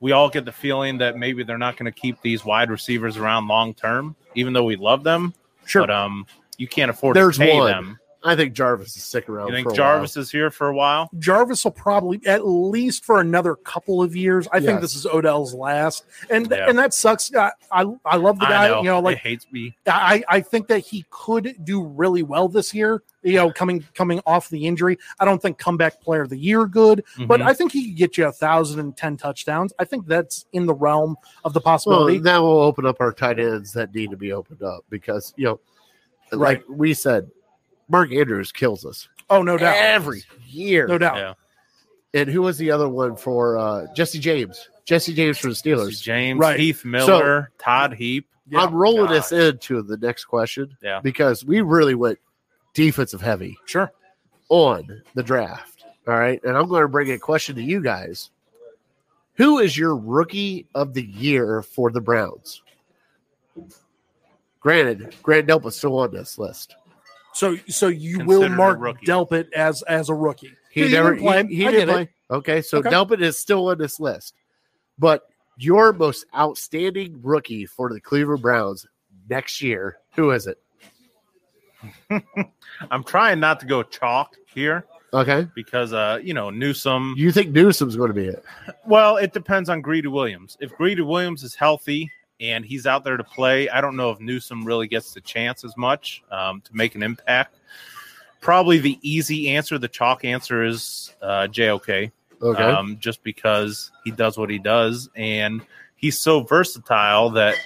[SPEAKER 1] we all get the feeling that maybe they're not going to keep these wide receivers around long term, even though we love them.
[SPEAKER 2] Sure.
[SPEAKER 1] But um, you can't afford
[SPEAKER 3] There's
[SPEAKER 1] to pay
[SPEAKER 3] one.
[SPEAKER 1] them.
[SPEAKER 3] I think Jarvis is sick around.
[SPEAKER 1] You
[SPEAKER 3] for
[SPEAKER 1] think
[SPEAKER 3] a
[SPEAKER 1] Jarvis is here for a while?
[SPEAKER 2] Jarvis will probably at least for another couple of years. I think
[SPEAKER 3] Yes.
[SPEAKER 2] this is Odell's last, and
[SPEAKER 1] Yeah.
[SPEAKER 2] and that sucks. I, I I love the guy.
[SPEAKER 1] I know.
[SPEAKER 2] You know,
[SPEAKER 1] it
[SPEAKER 2] like
[SPEAKER 1] hates me.
[SPEAKER 2] I I think that he could do really well this year. You know, coming coming off the injury, I don't think comeback player of the year good, but
[SPEAKER 1] Mhm.
[SPEAKER 2] I think he could get you a thousand and ten touchdowns. I think that's in the realm of the
[SPEAKER 3] Well,
[SPEAKER 2] possibility.
[SPEAKER 3] that will open up our tight ends that need to be opened up because you know, like we said, Mark Andrews kills us
[SPEAKER 2] oh no doubt,
[SPEAKER 3] every year.
[SPEAKER 2] no doubt.
[SPEAKER 1] Yeah.
[SPEAKER 3] And who was the other one for uh, Jesse James? Jesse James for the Steelers.
[SPEAKER 1] James,
[SPEAKER 2] Right.
[SPEAKER 1] Heath Miller, Todd Heap.
[SPEAKER 2] Yeah.
[SPEAKER 3] I'm rolling
[SPEAKER 1] God.
[SPEAKER 3] this into the next question
[SPEAKER 1] Yeah.
[SPEAKER 3] because we really went defensive heavy
[SPEAKER 2] Sure.
[SPEAKER 3] on the draft. All right. And I'm going to bring a question to you guys. Who is your rookie of the year for the Browns? Granted, Grant Delpa's still on this list.
[SPEAKER 2] So so you
[SPEAKER 1] Considered
[SPEAKER 2] will
[SPEAKER 1] a
[SPEAKER 2] mark
[SPEAKER 1] rookie.
[SPEAKER 2] Delpit as as a rookie.
[SPEAKER 3] He
[SPEAKER 2] didn't
[SPEAKER 3] never
[SPEAKER 2] play.
[SPEAKER 3] He, he
[SPEAKER 2] I
[SPEAKER 3] didn't
[SPEAKER 2] get it.
[SPEAKER 3] play. Okay, so
[SPEAKER 2] Okay.
[SPEAKER 3] Delpit is still on this list, but your most outstanding rookie for the Cleveland Browns next year, who is it?
[SPEAKER 1] I'm trying not to go chalk here
[SPEAKER 3] Okay,
[SPEAKER 1] because uh, you know, Newsom
[SPEAKER 3] you think Newsom's going to be it?
[SPEAKER 1] Well, it depends on Greedy Williams. If Greedy Williams is healthy and he's out there to play, I don't know if Newsom really gets the chance as much um, to make an impact. Probably the easy answer, the chalk answer is uh, JOK,
[SPEAKER 3] Okay,
[SPEAKER 1] um, just because he does what he does and he's so versatile that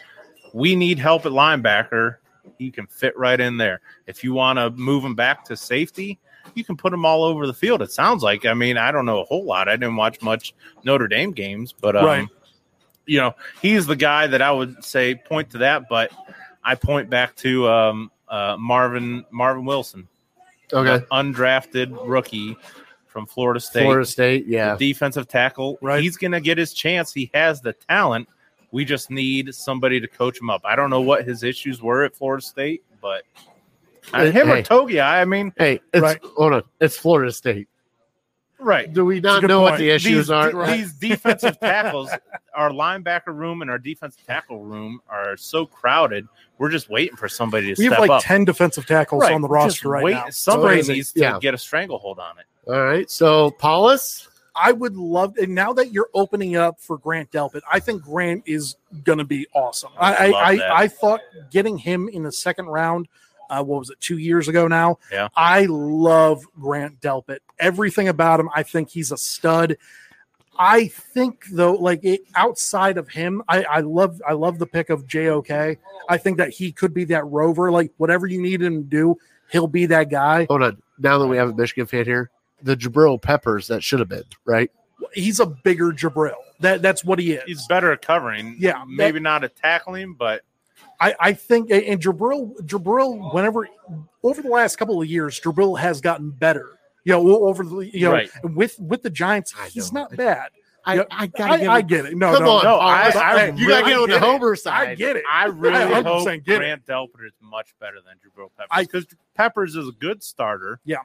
[SPEAKER 1] we need help at linebacker. He can fit right in there. If you want to move him back to safety, you can put him all over the field. It sounds like. I mean, I don't know a whole lot. I didn't watch much Notre Dame games, but um,
[SPEAKER 2] Right.
[SPEAKER 1] you know, he's the guy that I would say point to that. But I point back to um, uh, Marvin Marvin Wilson,
[SPEAKER 3] okay.
[SPEAKER 1] undrafted rookie from Florida State
[SPEAKER 3] Florida State, yeah.
[SPEAKER 1] the defensive tackle.
[SPEAKER 2] Right.
[SPEAKER 1] He's going to get his chance. He has the talent. We just need somebody to coach him up. I don't know what his issues were at Florida State, but I
[SPEAKER 3] Hey,
[SPEAKER 1] him
[SPEAKER 3] hey.
[SPEAKER 1] or Togia, I mean,
[SPEAKER 3] Hey, it's
[SPEAKER 2] Right.
[SPEAKER 3] hold on, it's Florida State.
[SPEAKER 1] right.
[SPEAKER 3] Do we not
[SPEAKER 2] good
[SPEAKER 3] know what
[SPEAKER 2] point.
[SPEAKER 3] the issues
[SPEAKER 1] these,
[SPEAKER 3] are?
[SPEAKER 1] de- these
[SPEAKER 2] <laughs>
[SPEAKER 1] defensive tackles, our linebacker room and our defensive tackle room are so crowded. We're just waiting for somebody to
[SPEAKER 2] We
[SPEAKER 1] step
[SPEAKER 2] have like
[SPEAKER 1] up.
[SPEAKER 2] ten defensive tackles
[SPEAKER 1] Right,
[SPEAKER 2] on the
[SPEAKER 1] just
[SPEAKER 2] roster right
[SPEAKER 1] wait-
[SPEAKER 2] now.
[SPEAKER 1] Somebody
[SPEAKER 3] Crazy.
[SPEAKER 1] needs to
[SPEAKER 3] Yeah.
[SPEAKER 1] get a stranglehold on it.
[SPEAKER 3] All right, so Paulus,
[SPEAKER 2] I would love, and now that you're opening up for Grant Delpit, I think Grant is going to be awesome. I
[SPEAKER 1] Love
[SPEAKER 2] I,
[SPEAKER 1] that.
[SPEAKER 2] I, I thought getting him in the second round, uh, what was it, two years ago now?
[SPEAKER 1] Yeah.
[SPEAKER 2] I love Grant Delpit. Everything about him, I think he's a stud. I think though, like it, outside of him, I, I love I love the pick of JOK. I think that he could be that rover. Like whatever you need him to do, he'll be that guy.
[SPEAKER 3] hold on. Now that we have a Michigan fan here, the Jabril Peppers that should have been right.
[SPEAKER 2] He's a bigger Jabril. That that's what he is.
[SPEAKER 1] He's better at covering.
[SPEAKER 2] Yeah, that-
[SPEAKER 1] Maybe not at tackling, but
[SPEAKER 2] I, I think and Jabril Jabril whenever over the last couple of years Jabril has gotten better. You know, over the you know
[SPEAKER 1] Right.
[SPEAKER 2] with with the Giants
[SPEAKER 3] I
[SPEAKER 2] he's
[SPEAKER 3] know.
[SPEAKER 2] not bad.
[SPEAKER 3] I,
[SPEAKER 2] Yep.
[SPEAKER 3] I gotta
[SPEAKER 2] I,
[SPEAKER 3] give
[SPEAKER 2] I
[SPEAKER 3] him-
[SPEAKER 2] get it. No,
[SPEAKER 3] Come
[SPEAKER 2] no,
[SPEAKER 3] on,
[SPEAKER 2] no.
[SPEAKER 1] no, I-
[SPEAKER 3] Paulus.
[SPEAKER 1] I
[SPEAKER 3] you
[SPEAKER 1] really
[SPEAKER 3] gotta get on the
[SPEAKER 1] get it.
[SPEAKER 3] Homer
[SPEAKER 2] <laughs>
[SPEAKER 3] side.
[SPEAKER 2] I get it.
[SPEAKER 1] I really
[SPEAKER 2] I
[SPEAKER 1] hope
[SPEAKER 2] 100% get it.
[SPEAKER 1] Grant Delpit is much better than Jabril
[SPEAKER 2] I-
[SPEAKER 1] Peppers because Peppers is a good starter.
[SPEAKER 2] Yeah.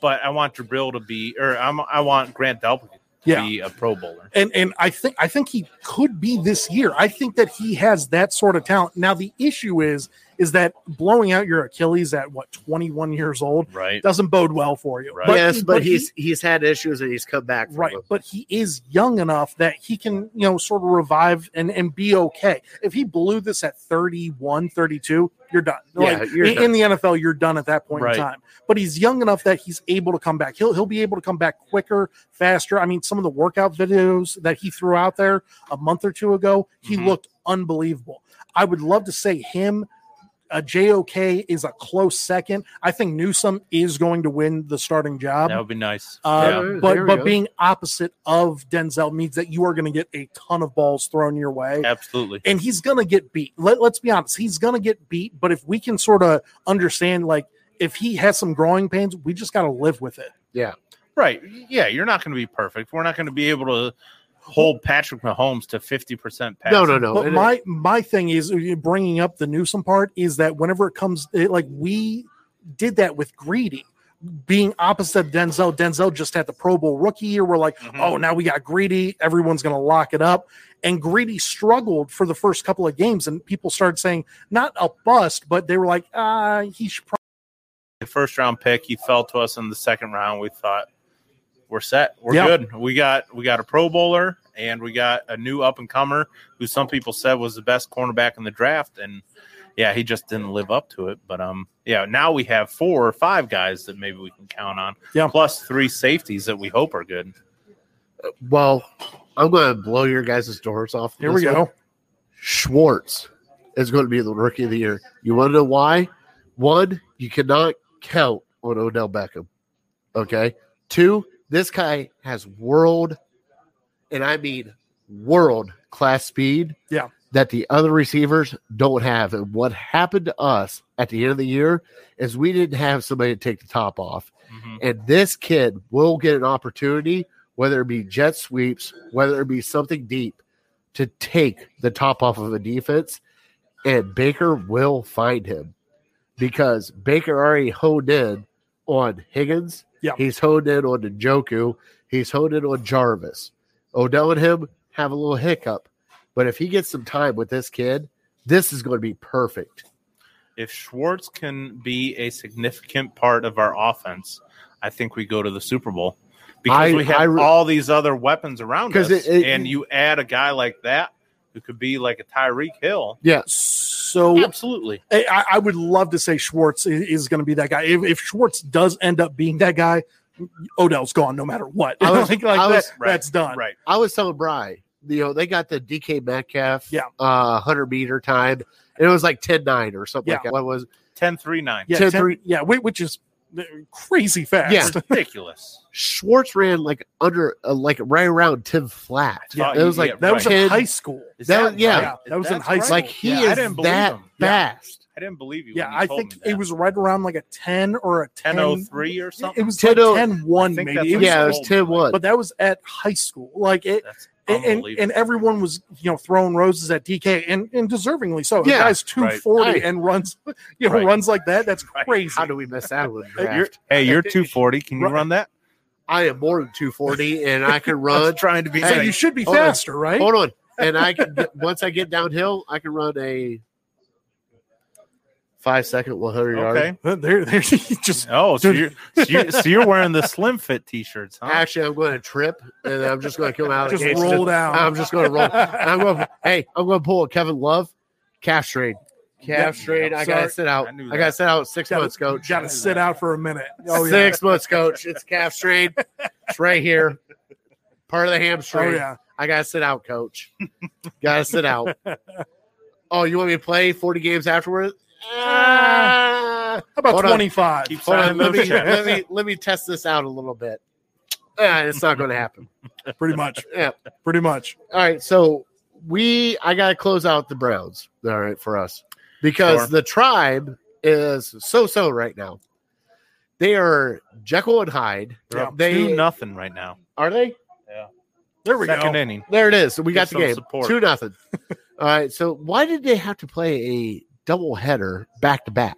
[SPEAKER 1] but I want Jabril to be, or I'm, I want Grant Delpit to
[SPEAKER 2] Yeah.
[SPEAKER 1] be a Pro Bowler.
[SPEAKER 2] and and I think I think he could be this year. I think that he has that sort of talent. Now the issue is is that blowing out your Achilles at what 21 years old
[SPEAKER 1] Right.
[SPEAKER 2] doesn't bode well for you.
[SPEAKER 1] Right.
[SPEAKER 3] yes, but,
[SPEAKER 2] he-
[SPEAKER 3] he's he's had issues and he's come back. From
[SPEAKER 2] Right,
[SPEAKER 3] them.
[SPEAKER 2] but he is young enough that he can, you know, sort of revive and, and be okay. If he blew this at 31, 32, you're done.
[SPEAKER 3] Yeah,
[SPEAKER 2] Like,
[SPEAKER 3] you're
[SPEAKER 2] in,
[SPEAKER 3] done.
[SPEAKER 2] in the NFL, you're done at that point
[SPEAKER 1] Right.
[SPEAKER 2] in time. But he's young enough that he's able to come back. He'll he'll be able to come back quicker, faster. I mean, some of the workout videos that he threw out there a month or two ago, he
[SPEAKER 3] Mm-hmm.
[SPEAKER 1] Mhm.
[SPEAKER 2] looked unbelievable. I would love to say him uh, JOK is a close second. I think Newsom is going to win the starting job.
[SPEAKER 1] that would be nice.
[SPEAKER 2] Uh,
[SPEAKER 3] Yeah. There
[SPEAKER 2] But
[SPEAKER 3] we
[SPEAKER 2] but
[SPEAKER 3] go.
[SPEAKER 2] being opposite of Denzel means that you are going to get a ton of balls thrown your way,
[SPEAKER 1] yeah, absolutely.
[SPEAKER 2] and he's going to get beat. Let, let's be honest, he's going to get beat. But if we can sort of understand, like if he has some growing pains, we just got to live with it.
[SPEAKER 1] Right. Yeah, you're not going to be perfect. We're not going to be able to hold Patrick Mahomes to 50% pass.
[SPEAKER 3] No, no, no.
[SPEAKER 2] But
[SPEAKER 3] It-
[SPEAKER 2] my my thing is uh, bringing up the Newsom part is that whenever it comes, it, like we did that with Greedy being opposite of Denzel. Denzel just had the Pro Bowl rookie year. We're like,
[SPEAKER 1] Mhm.
[SPEAKER 2] oh, now we got Greedy. Everyone's going to lock it up. And Greedy struggled for the first couple of games, and people started saying not a bust, but they were like, ah, he should. Probably
[SPEAKER 1] The first round pick, he fell to us in the second round. We thought we're set. We're
[SPEAKER 2] Yeah.
[SPEAKER 1] good. We got we got a pro bowler and we got a new up and comer who some people said was the best cornerback in the draft and yeah, he just didn't live up to it, but um yeah, now we have four or five guys that maybe we can count on.
[SPEAKER 2] Yeah.
[SPEAKER 1] Plus three safeties that we hope are good.
[SPEAKER 3] well, I'm going to blow your guys' doors off.
[SPEAKER 2] Here we
[SPEAKER 3] this
[SPEAKER 2] go.
[SPEAKER 3] one. Schwartz is going to be the rookie of the year. You want to know why? One, you cannot count on Odell Beckham. Okay. Two, this guy has world, and I mean world class speed.
[SPEAKER 2] Yeah.
[SPEAKER 3] That the other receivers don't have. And what happened to us at the end of the year is we didn't have somebody to take the top off.
[SPEAKER 1] Mhm.
[SPEAKER 3] And this kid will get an opportunity, whether it be jet sweeps, whether it be something deep, to take the top off of a defense. And Baker will find him because Baker already honed in on Higgins.
[SPEAKER 2] Yeah.
[SPEAKER 3] He's honed in on Njoku. He's honed in on Jarvis. Odell and him have a little hiccup. But if he gets some time with this kid, this is going to be perfect.
[SPEAKER 1] if Schwartz can be a significant part of our offense, I think we go to the Super Bowl because
[SPEAKER 3] I-
[SPEAKER 1] we have
[SPEAKER 3] I re-
[SPEAKER 1] all these other weapons around
[SPEAKER 3] 'Cause
[SPEAKER 1] us.
[SPEAKER 3] it- it-
[SPEAKER 1] and you add a guy like that who could be like a Tyreek Hill.
[SPEAKER 2] So
[SPEAKER 1] Absolutely.
[SPEAKER 2] I- I, I would love to say Schwartz i- is going to be that guy. If, if Schwartz does end up being that guy, Odell's gone no matter what. <laughs>
[SPEAKER 3] I was-
[SPEAKER 2] Like- like
[SPEAKER 3] I was-
[SPEAKER 2] that-
[SPEAKER 1] Right,
[SPEAKER 2] that's done.
[SPEAKER 1] Right.
[SPEAKER 3] I was telling Bry, you know, they got the DK Metcalf,
[SPEAKER 2] Yeah.
[SPEAKER 3] uh, hundred meter time, and it was like 10-9 or something like
[SPEAKER 2] Yeah.
[SPEAKER 3] that. What was
[SPEAKER 1] 10 3 9.
[SPEAKER 2] Yeah,
[SPEAKER 3] 10,
[SPEAKER 2] ten-
[SPEAKER 3] three-
[SPEAKER 2] yeah, whi- which is crazy fast.
[SPEAKER 3] Yeah.
[SPEAKER 1] Ridiculous.
[SPEAKER 3] Schwartz ran like under, uh, like right around Tim flat.
[SPEAKER 1] Yeah.
[SPEAKER 3] it was like
[SPEAKER 1] Yeah,
[SPEAKER 2] <laughs> That was in
[SPEAKER 3] Ten-
[SPEAKER 2] high school.
[SPEAKER 1] Is
[SPEAKER 3] That- yeah.
[SPEAKER 2] Yeah, that was in
[SPEAKER 1] That's
[SPEAKER 2] high school.
[SPEAKER 3] like he
[SPEAKER 1] Yeah,
[SPEAKER 3] is
[SPEAKER 1] I didn't believe
[SPEAKER 3] that
[SPEAKER 1] him.
[SPEAKER 3] fast.
[SPEAKER 1] I didn't believe you.
[SPEAKER 2] Yeah,
[SPEAKER 1] when you
[SPEAKER 2] I
[SPEAKER 1] told
[SPEAKER 2] think
[SPEAKER 1] me that.
[SPEAKER 2] it was right around like a 10 or a 10.
[SPEAKER 1] 10.03 or something.
[SPEAKER 2] It was 10
[SPEAKER 3] 10 oh-
[SPEAKER 2] like 10 1
[SPEAKER 1] I think
[SPEAKER 2] maybe.
[SPEAKER 1] that's
[SPEAKER 2] It
[SPEAKER 1] what
[SPEAKER 2] was-
[SPEAKER 3] yeah, it was
[SPEAKER 1] old,
[SPEAKER 3] 10 1.
[SPEAKER 2] but that was at high school. Like it,
[SPEAKER 1] That's
[SPEAKER 2] and, and
[SPEAKER 1] unbelievable.
[SPEAKER 2] and everyone was you know throwing roses at DK and, and deservingly so. The
[SPEAKER 3] Yeah.
[SPEAKER 2] guy's two forty
[SPEAKER 3] Right.
[SPEAKER 2] and runs <laughs> you know
[SPEAKER 1] Right.
[SPEAKER 2] runs like that. That's
[SPEAKER 1] <laughs> Right.
[SPEAKER 2] crazy.
[SPEAKER 3] How do we miss that one?
[SPEAKER 1] You're-
[SPEAKER 3] Draft?
[SPEAKER 1] hey, you're 240. Can you
[SPEAKER 2] Right.
[SPEAKER 1] run that?
[SPEAKER 3] I am more than 240 and I
[SPEAKER 1] I
[SPEAKER 3] can run.
[SPEAKER 1] was trying to be
[SPEAKER 2] so
[SPEAKER 3] Hey,
[SPEAKER 2] you should be
[SPEAKER 3] hold on.
[SPEAKER 2] faster, right?
[SPEAKER 3] Hold on. And I can get, once I get downhill, I can run a five second 100 yard.
[SPEAKER 1] okay.
[SPEAKER 2] Uh, There, there, <laughs> you just
[SPEAKER 1] Oh, so you're, so you're so you're wearing the slim fit t-shirts, huh?
[SPEAKER 3] Actually, I'm going to trip and I'm just going to come out of
[SPEAKER 2] just
[SPEAKER 3] the gates
[SPEAKER 2] roll down. <laughs>
[SPEAKER 3] I'm just going to roll. I'm going. to Hey, I'm going to pull a Kevin Love calf strain. Calf
[SPEAKER 1] Yep.
[SPEAKER 3] strain. I got
[SPEAKER 2] Sorry.
[SPEAKER 3] to sit out.
[SPEAKER 1] I knew
[SPEAKER 3] I,
[SPEAKER 1] that.
[SPEAKER 3] got to sit out six
[SPEAKER 2] Gotta-
[SPEAKER 3] months, coach.
[SPEAKER 2] Got to sit out for a minute.
[SPEAKER 3] Six months, coach. It's calf strain. It's right here. Part of the
[SPEAKER 2] Oh
[SPEAKER 3] hamstring.
[SPEAKER 2] yeah.
[SPEAKER 3] I got to sit out, coach. got to sit out. Oh, you want me to play 40 games afterward? Ah.
[SPEAKER 2] How about
[SPEAKER 3] Hold on.
[SPEAKER 2] twenty five?
[SPEAKER 1] Keep
[SPEAKER 3] Hold on.
[SPEAKER 1] signing
[SPEAKER 3] Let me,
[SPEAKER 1] those checks.
[SPEAKER 3] let, me, let me test this out a little bit. Ah, it's not going to happen.
[SPEAKER 2] Pretty much.
[SPEAKER 3] <laughs> Yeah.
[SPEAKER 2] Pretty much.
[SPEAKER 3] all right so we i gotta close out the browns all right for us because
[SPEAKER 1] Sure.
[SPEAKER 3] the tribe is so so right now they are jekyll and hyde
[SPEAKER 1] They're up
[SPEAKER 3] They-
[SPEAKER 1] two nothing right now.
[SPEAKER 3] are they
[SPEAKER 2] There we
[SPEAKER 1] Second
[SPEAKER 2] go.
[SPEAKER 1] inning.
[SPEAKER 3] there it is so we
[SPEAKER 1] Give
[SPEAKER 3] got the
[SPEAKER 1] some
[SPEAKER 3] game
[SPEAKER 1] support.
[SPEAKER 3] two nothing
[SPEAKER 1] <laughs>
[SPEAKER 3] all right so why did they have to play a double header back to back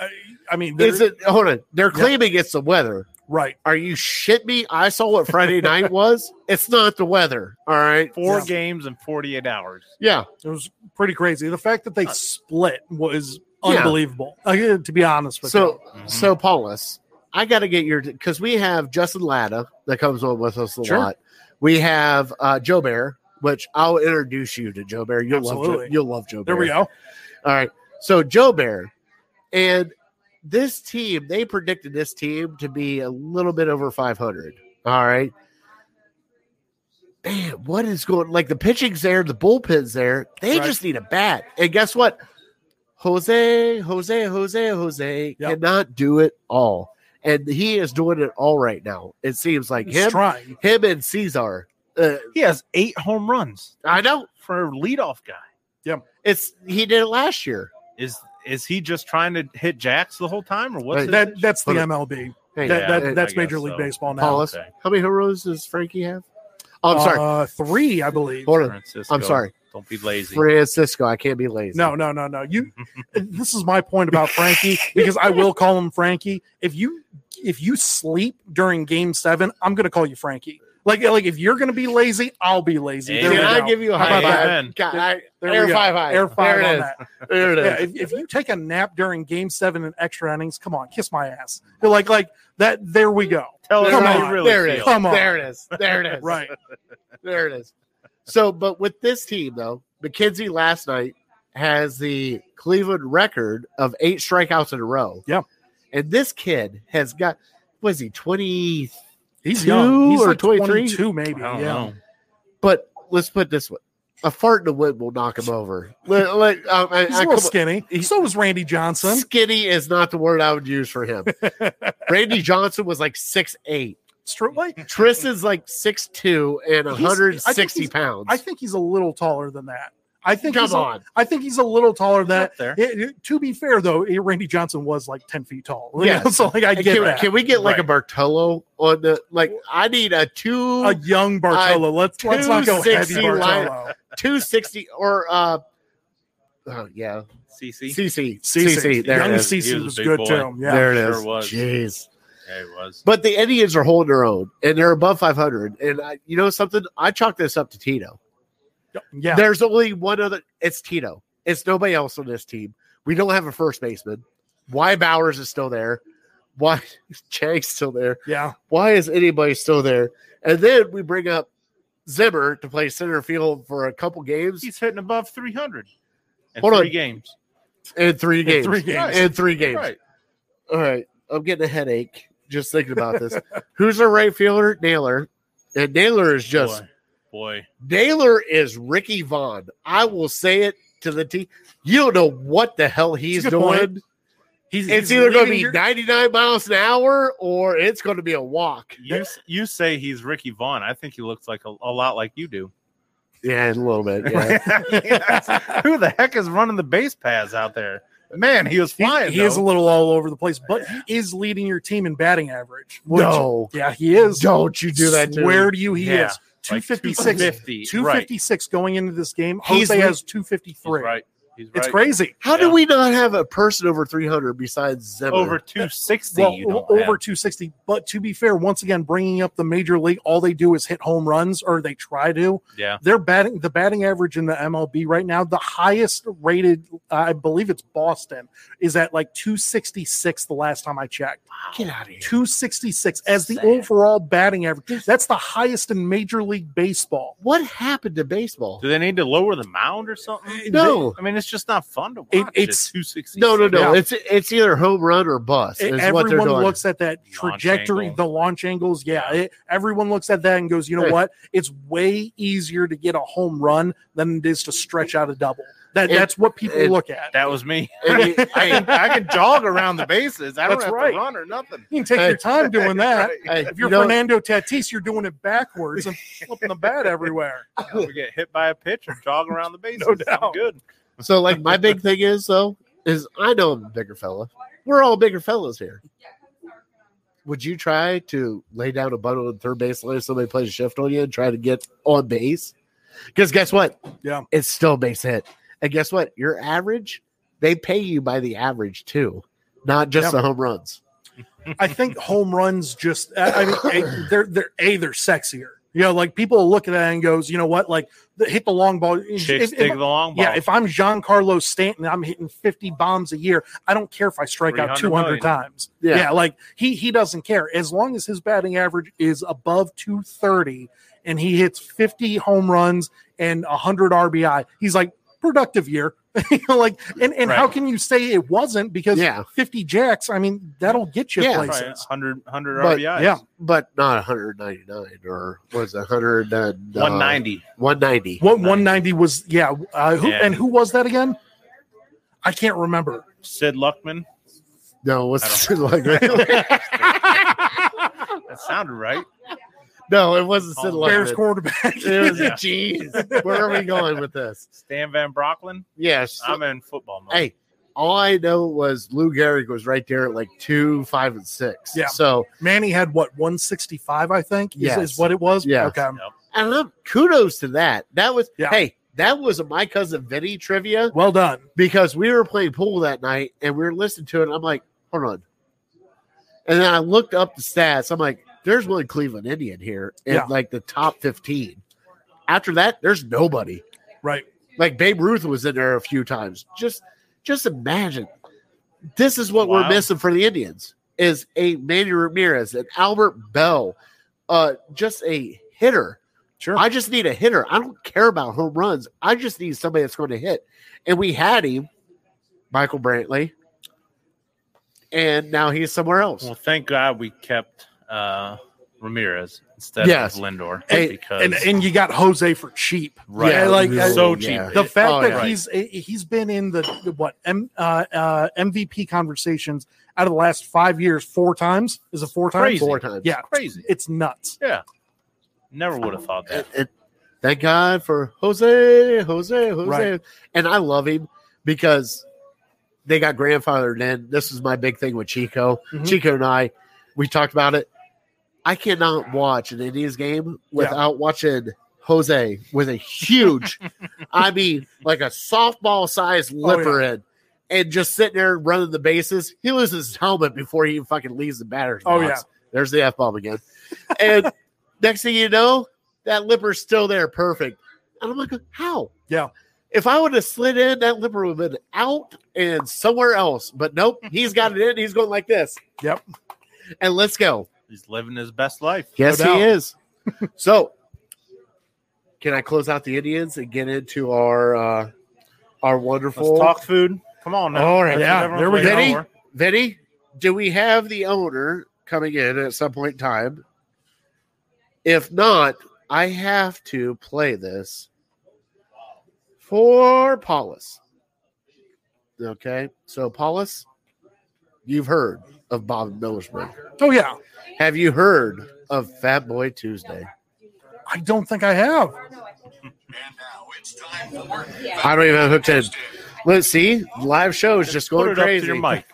[SPEAKER 2] I, I mean,
[SPEAKER 3] is
[SPEAKER 2] there-
[SPEAKER 3] it hold on they're
[SPEAKER 2] Yeah.
[SPEAKER 3] claiming it's the weather
[SPEAKER 2] right?
[SPEAKER 3] are you shit me i saw
[SPEAKER 1] <laughs>
[SPEAKER 3] what friday night was it's not the weather all right
[SPEAKER 1] Four
[SPEAKER 2] Yeah.
[SPEAKER 1] games in 48 hours.
[SPEAKER 3] yeah
[SPEAKER 2] It was pretty crazy. The fact that they split was
[SPEAKER 3] Uh, Yeah.
[SPEAKER 2] unbelievable. Uh, to be honest with you.
[SPEAKER 3] so
[SPEAKER 1] Mhm.
[SPEAKER 3] so Paulus, I got to get your because we have Justin Latta that comes on with us a
[SPEAKER 2] Sure.
[SPEAKER 3] lot. We have uh, Joe Bear, which I'll introduce you to Joe Bear. You'll love Joe,
[SPEAKER 2] Absolutely.
[SPEAKER 3] you'll love Joe.
[SPEAKER 2] There
[SPEAKER 3] Bear.
[SPEAKER 2] we go.
[SPEAKER 3] All right, so Joe Bear and this team they predicted this team to be a little bit over five hundred. All right. Man, what is going like the pitching's there, the bullpen's there. They
[SPEAKER 2] Right.
[SPEAKER 3] just need a bat. And guess what? Jose, Jose, Jose, Jose
[SPEAKER 2] Yep.
[SPEAKER 3] cannot do it all. And he is doing it all right now. It seems like
[SPEAKER 2] He's
[SPEAKER 3] him,
[SPEAKER 2] trying.
[SPEAKER 3] him and Caesar. Uh,
[SPEAKER 1] He has eight home runs
[SPEAKER 3] I know
[SPEAKER 1] for leadoff guy.
[SPEAKER 3] it's he did it last year.
[SPEAKER 1] Is is he just trying to hit jacks the whole time, or what's
[SPEAKER 3] Right.
[SPEAKER 1] his-
[SPEAKER 2] That that's the
[SPEAKER 3] But-
[SPEAKER 2] MLB.
[SPEAKER 3] Hey,
[SPEAKER 2] That,
[SPEAKER 1] Yeah,
[SPEAKER 2] that,
[SPEAKER 3] uh,
[SPEAKER 2] that's
[SPEAKER 1] I
[SPEAKER 2] Major
[SPEAKER 1] guess
[SPEAKER 2] League
[SPEAKER 1] so.
[SPEAKER 2] Baseball now.
[SPEAKER 3] Paulus,
[SPEAKER 1] okay.
[SPEAKER 3] how many heroes does Frankie have? Oh, I'm sorry.
[SPEAKER 2] Uh, three, I believe.
[SPEAKER 3] Hold on.
[SPEAKER 1] Francisco,
[SPEAKER 3] I'm sorry.
[SPEAKER 1] Don't be lazy.
[SPEAKER 3] Francisco. I can't be lazy.
[SPEAKER 2] No, no, no, no.
[SPEAKER 3] <laughs>
[SPEAKER 2] You. this is my point about Frankie because I will call him Frankie. If you if you sleep during Game Seven, I'm going to call you Frankie. Like like if you're going to be lazy, I'll be lazy.
[SPEAKER 1] Hey,
[SPEAKER 2] There we
[SPEAKER 3] Can I
[SPEAKER 2] go.
[SPEAKER 3] give you a
[SPEAKER 2] How
[SPEAKER 3] high
[SPEAKER 2] about that?
[SPEAKER 3] five?
[SPEAKER 1] Amen.
[SPEAKER 3] God, I-
[SPEAKER 2] There
[SPEAKER 3] air
[SPEAKER 2] we go.
[SPEAKER 3] five high.
[SPEAKER 2] Air five
[SPEAKER 3] There it
[SPEAKER 2] on
[SPEAKER 3] is.
[SPEAKER 2] that.
[SPEAKER 3] There it is.
[SPEAKER 2] Yeah, if, if you take a nap during Game Seven and extra innings, come on, kiss my ass. You're like like that. There we go.
[SPEAKER 1] Tell us
[SPEAKER 2] Come
[SPEAKER 1] how
[SPEAKER 2] on.
[SPEAKER 1] you really
[SPEAKER 3] there it is.
[SPEAKER 1] feel.
[SPEAKER 2] Come on.
[SPEAKER 3] There it is.
[SPEAKER 2] <laughs>
[SPEAKER 3] There it is.
[SPEAKER 2] Right.
[SPEAKER 3] There it is. So, but with this team though, McKenzie last night has the Cleveland record of eight strikeouts in a row.
[SPEAKER 2] Yeah.
[SPEAKER 3] And this kid has got was he 20
[SPEAKER 2] He's
[SPEAKER 3] Two
[SPEAKER 2] young. He's
[SPEAKER 3] or
[SPEAKER 2] like
[SPEAKER 3] 23?
[SPEAKER 2] 22 maybe.
[SPEAKER 1] I don't
[SPEAKER 2] yeah.
[SPEAKER 1] know.
[SPEAKER 3] but let's put it this way. A fart in the wind will knock him over. Let- let- um, I-
[SPEAKER 2] He's
[SPEAKER 3] I-
[SPEAKER 2] a little
[SPEAKER 3] come on.
[SPEAKER 2] skinny. so was Randy Johnson.
[SPEAKER 3] Skinny is not the word I would use
[SPEAKER 2] <laughs>
[SPEAKER 3] for him. Randy Johnson was like six eight.
[SPEAKER 2] It's true. Like,
[SPEAKER 3] Tristan's like six two and
[SPEAKER 2] He's- I think
[SPEAKER 3] 160
[SPEAKER 2] he's-
[SPEAKER 3] pounds.
[SPEAKER 2] I think he's a little taller than that. I think
[SPEAKER 3] Come
[SPEAKER 2] he's a-
[SPEAKER 3] on.
[SPEAKER 2] I think he's a little taller than that.
[SPEAKER 1] Up there.
[SPEAKER 2] It- it- to be fair, though, it- Randy Johnson was like 10 feet tall. <laughs> You
[SPEAKER 3] Yes.
[SPEAKER 2] know, so, like, I
[SPEAKER 3] Hey,
[SPEAKER 2] get
[SPEAKER 3] can,
[SPEAKER 2] that.
[SPEAKER 3] can we get like a
[SPEAKER 1] Right.
[SPEAKER 3] Bartolo on the like? I need a two
[SPEAKER 2] a young Bartolo. let's let's not go heavy
[SPEAKER 3] 260 Uh, line-
[SPEAKER 2] Bartolo.
[SPEAKER 3] two sixty or uh oh yeah
[SPEAKER 1] CC.
[SPEAKER 2] CC.
[SPEAKER 3] CC CC there
[SPEAKER 2] young
[SPEAKER 3] it is
[SPEAKER 1] He was
[SPEAKER 2] CC
[SPEAKER 1] a
[SPEAKER 2] was
[SPEAKER 1] big
[SPEAKER 2] good
[SPEAKER 1] boy.
[SPEAKER 2] to him. Yeah.
[SPEAKER 3] there it
[SPEAKER 1] Sure
[SPEAKER 3] is
[SPEAKER 1] was.
[SPEAKER 3] jeez
[SPEAKER 1] Yeah, it was.
[SPEAKER 3] but the Indians are holding their own and they're above five hundred and I, you know something I chalk this up to Tito
[SPEAKER 2] yeah.
[SPEAKER 3] there's only one other it's Tito it's nobody else on this team we don't have a first baseman why Bowers is still there why <laughs> Chang's still there
[SPEAKER 2] Yeah.
[SPEAKER 3] why is anybody still there? And then we bring up Zimmer to play center field for a couple games
[SPEAKER 1] He's hitting above 300 in
[SPEAKER 3] Hold
[SPEAKER 1] three
[SPEAKER 3] on.
[SPEAKER 1] games.
[SPEAKER 3] and three
[SPEAKER 2] In
[SPEAKER 3] games.
[SPEAKER 2] three games.
[SPEAKER 3] And three games.
[SPEAKER 1] Right.
[SPEAKER 3] All right. I'm getting a headache just thinking about this. Who's our right fielder? Naylor. And Naylor is just
[SPEAKER 1] boy. boy.
[SPEAKER 3] Naylor is Ricky Vaughn. I will say it to the T. You don't know what the hell he's
[SPEAKER 2] It's a good
[SPEAKER 3] doing.
[SPEAKER 2] point. He's,
[SPEAKER 3] It's
[SPEAKER 2] he's
[SPEAKER 3] either going to
[SPEAKER 2] leaving
[SPEAKER 3] be
[SPEAKER 2] your-
[SPEAKER 3] 99 miles an hour or it's going to be a walk.
[SPEAKER 1] You s- you say he's Ricky Vaughn. I think he looks like a, a lot like you do.
[SPEAKER 3] Yeah, a little bit. Yeah. <laughs>
[SPEAKER 1] <laughs> Who the heck is running the base paths out there? Man, he was
[SPEAKER 2] He,
[SPEAKER 1] flying.
[SPEAKER 2] he is a
[SPEAKER 1] though.
[SPEAKER 2] little all over the place, but he is leading your team in batting average. which-
[SPEAKER 3] no,
[SPEAKER 2] Yeah, he is.
[SPEAKER 3] don't you do that to me.
[SPEAKER 2] Where do you he
[SPEAKER 1] Yeah,
[SPEAKER 2] is?
[SPEAKER 1] Like
[SPEAKER 2] 256.
[SPEAKER 1] 250. Right.
[SPEAKER 2] 256 going into this game.
[SPEAKER 3] He's
[SPEAKER 2] Jose
[SPEAKER 3] le-
[SPEAKER 2] has
[SPEAKER 1] He's
[SPEAKER 2] 253.
[SPEAKER 1] right. He's right.
[SPEAKER 2] It's crazy.
[SPEAKER 3] How
[SPEAKER 1] Yeah.
[SPEAKER 3] do we not have a person over 300 besides Zimmer?
[SPEAKER 1] Over 260.
[SPEAKER 2] Well,
[SPEAKER 1] you don't
[SPEAKER 2] over
[SPEAKER 1] have.
[SPEAKER 2] 260. But to be fair, once again, bringing up the major league, all they do is hit home runs, or they try to.
[SPEAKER 1] Yeah.
[SPEAKER 2] They're batting the batting average in the MLB right now. The highest rated, I believe it's Boston, is at like 266. The last time I checked.
[SPEAKER 3] Get out of here.
[SPEAKER 2] 266 as the overall batting average. That's the highest in Major League Baseball.
[SPEAKER 3] What happened to baseball?
[SPEAKER 1] Do they need to lower the mound or something?
[SPEAKER 3] No.
[SPEAKER 1] I mean, it's just not fun to watch.
[SPEAKER 2] Uh, It- it's-
[SPEAKER 1] it's 260.
[SPEAKER 3] No, no, no.
[SPEAKER 2] Yeah.
[SPEAKER 3] It's it's either home run or bust.
[SPEAKER 1] E,
[SPEAKER 3] Is what they're
[SPEAKER 2] E, everyone
[SPEAKER 3] doing.
[SPEAKER 2] looks at that
[SPEAKER 1] Launch
[SPEAKER 2] trajectory,
[SPEAKER 1] angle.
[SPEAKER 2] the launch angles. Yeah, it- everyone looks at that and goes, you know
[SPEAKER 3] Hey.
[SPEAKER 2] what? It's way easier to get a home run than it is to stretch out a double. That,
[SPEAKER 3] It-
[SPEAKER 2] that's what people
[SPEAKER 3] it-
[SPEAKER 2] look at.
[SPEAKER 1] That was me.
[SPEAKER 3] I mean, hey,
[SPEAKER 1] <laughs> I can jog around the bases. I don't
[SPEAKER 2] That's
[SPEAKER 1] have
[SPEAKER 2] right.
[SPEAKER 1] to run or nothing.
[SPEAKER 2] You can take
[SPEAKER 3] Hey.
[SPEAKER 2] your time
[SPEAKER 3] <laughs>
[SPEAKER 2] doing that.
[SPEAKER 3] hey,
[SPEAKER 2] If
[SPEAKER 3] you
[SPEAKER 2] you're
[SPEAKER 3] know,
[SPEAKER 2] Fernando Tatis, you're doing it backwards and <laughs> flipping the bat everywhere.
[SPEAKER 1] We get hit by a pitch or jog around the bases.
[SPEAKER 2] <laughs> No doubt.
[SPEAKER 1] I'm good.
[SPEAKER 3] so like my big thing is though is I know I'm a bigger fella. We're all bigger fellas here. Would you try to lay down a bundle in third base line if somebody plays a shift on you and try to get on base? Because guess what?
[SPEAKER 2] Yeah.
[SPEAKER 3] it's still a base hit. And guess what? Your average, they pay you by the average too, not just
[SPEAKER 2] Yeah.
[SPEAKER 3] the home runs.
[SPEAKER 2] I think home runs just I I mean a, they're they're a they're sexier. You know, like people look at that and goes, you know what? Like the, hit the long ball.
[SPEAKER 1] Chicks
[SPEAKER 2] If- if-
[SPEAKER 1] dig the long ball.
[SPEAKER 2] yeah, if I'm Giancarlo Stanton, I'm hitting 50 bombs a year. I don't care if I strike
[SPEAKER 1] 300
[SPEAKER 2] out 200
[SPEAKER 1] million.
[SPEAKER 2] times.
[SPEAKER 3] Yeah.
[SPEAKER 2] Yeah. like he he doesn't care as long as his batting average is above 230 and he hits 50 home runs and 100 RBI. He's like productive year. <laughs> You know, like and and how
[SPEAKER 1] Right.
[SPEAKER 2] can you say it wasn't because
[SPEAKER 3] Yeah.
[SPEAKER 2] 50 jacks, I mean, that'll get you
[SPEAKER 3] Yeah.
[SPEAKER 1] Right,
[SPEAKER 2] places.
[SPEAKER 1] 100, 100
[SPEAKER 3] But,
[SPEAKER 1] RBIs.
[SPEAKER 2] Yeah.
[SPEAKER 3] but not 199 or was it 100 and, uh,
[SPEAKER 1] 190.
[SPEAKER 3] 190
[SPEAKER 2] One one ninety was yeah. Uh, who,
[SPEAKER 1] Yeah.
[SPEAKER 2] And who was that again? I can't remember.
[SPEAKER 1] Sid Luckman.
[SPEAKER 3] No,
[SPEAKER 1] I
[SPEAKER 3] what's like
[SPEAKER 1] That sounded right.
[SPEAKER 3] <laughs> No, it wasn't Sid
[SPEAKER 1] Bears
[SPEAKER 2] Bears
[SPEAKER 3] Luckman.
[SPEAKER 2] quarterback. <laughs>
[SPEAKER 3] It was
[SPEAKER 1] Yeah.
[SPEAKER 3] jeez. Where are we going with this?
[SPEAKER 1] Stan Van Brocklin.
[SPEAKER 3] Yes.
[SPEAKER 1] I'm in football mode.
[SPEAKER 3] hey, all I know was Lou Gehrig was right there at like two, five, and six.
[SPEAKER 2] Yeah.
[SPEAKER 3] So
[SPEAKER 2] Manny had what 165, I think. is-
[SPEAKER 3] Yes.
[SPEAKER 2] Is, what it was.
[SPEAKER 3] Yes.
[SPEAKER 2] Okay.
[SPEAKER 3] and I'm kudos to that. That was
[SPEAKER 2] Yeah.
[SPEAKER 3] hey, that was a my cousin Vinny trivia
[SPEAKER 2] Well done.
[SPEAKER 3] because we were playing pool that night and we were listening to it. And I'm like, hold on. And then I looked up the stats. I'm like, there's one Cleveland Indian here in
[SPEAKER 2] Yeah.
[SPEAKER 3] like the top 15. After that, there's nobody.
[SPEAKER 2] Right.
[SPEAKER 3] Like Babe Ruth was in there a few times. Just just imagine. This is what we're
[SPEAKER 1] Wow.
[SPEAKER 3] missing for the Indians is a Manny Ramirez, an Albert Bell, uh, just a hitter.
[SPEAKER 2] Sure.
[SPEAKER 3] I just need a hitter. I don't care about home runs. I just need somebody that's going to hit. And we had him, Michael Brantley, and now he's somewhere else.
[SPEAKER 1] Well, thank God we kept uh, Ramirez instead
[SPEAKER 3] Yes.
[SPEAKER 1] of Lindor
[SPEAKER 2] And-
[SPEAKER 1] because
[SPEAKER 2] and and you got Jose for cheap.
[SPEAKER 1] right,
[SPEAKER 2] Yeah, like, uh,
[SPEAKER 1] so
[SPEAKER 3] yeah.
[SPEAKER 1] cheap.
[SPEAKER 2] The fact
[SPEAKER 3] Oh,
[SPEAKER 2] that
[SPEAKER 3] yeah.
[SPEAKER 2] he's eh, he's been in the what M, uh, uh, MVP conversations out of the last five years four times is a four times
[SPEAKER 1] Crazy.
[SPEAKER 3] four times.
[SPEAKER 2] yeah
[SPEAKER 1] Crazy.
[SPEAKER 2] it's nuts
[SPEAKER 1] Never would have thought that.
[SPEAKER 3] It- it- thank God for Jose, Jose, Jose.
[SPEAKER 2] Right.
[SPEAKER 3] And I love him because they got grandfathered in. This is my big thing with Chico.
[SPEAKER 2] Mhm.
[SPEAKER 3] Chico and I, we talked about it. I cannot watch an Indians game without watching Jose with a huge, I mean, like a softball sized lipper in. And just sitting there running the bases, he loses his helmet before he even fucking leaves the batter's
[SPEAKER 2] Oh,
[SPEAKER 3] box. There's the f bomb again.
[SPEAKER 2] <laughs>
[SPEAKER 3] And next thing you know, that lipper's still there, perfect. And I'm like, how?
[SPEAKER 2] Yeah.
[SPEAKER 3] If I would have slid in, that lipper would have been out and somewhere else. But nope, he's got it in. He's going like this.
[SPEAKER 2] Yep.
[SPEAKER 3] And let's go.
[SPEAKER 1] He's living his best life.
[SPEAKER 3] Yes,
[SPEAKER 2] doubt.
[SPEAKER 3] he is. <laughs> so, can I close out the Indians and get into our uh, our
[SPEAKER 1] Let's
[SPEAKER 3] wonderful
[SPEAKER 1] talk food. Come on now.
[SPEAKER 3] All right.
[SPEAKER 1] That's
[SPEAKER 2] Yeah,
[SPEAKER 1] what everyone's
[SPEAKER 2] there we
[SPEAKER 1] waiting
[SPEAKER 3] go.
[SPEAKER 1] for.
[SPEAKER 3] Vinny, do we have the owner coming in at some point in time? If not, I have to play this for Paulus. Okay, so Paulus, you've heard of Bob Millersburg.
[SPEAKER 2] oh yeah
[SPEAKER 3] Have you heard of Fat Boy Tuesday?
[SPEAKER 2] I don't think I have
[SPEAKER 3] I don't even have hooked in. Let's see. Live show is just
[SPEAKER 1] Put
[SPEAKER 3] going
[SPEAKER 1] it
[SPEAKER 3] crazy.
[SPEAKER 1] up to your mic.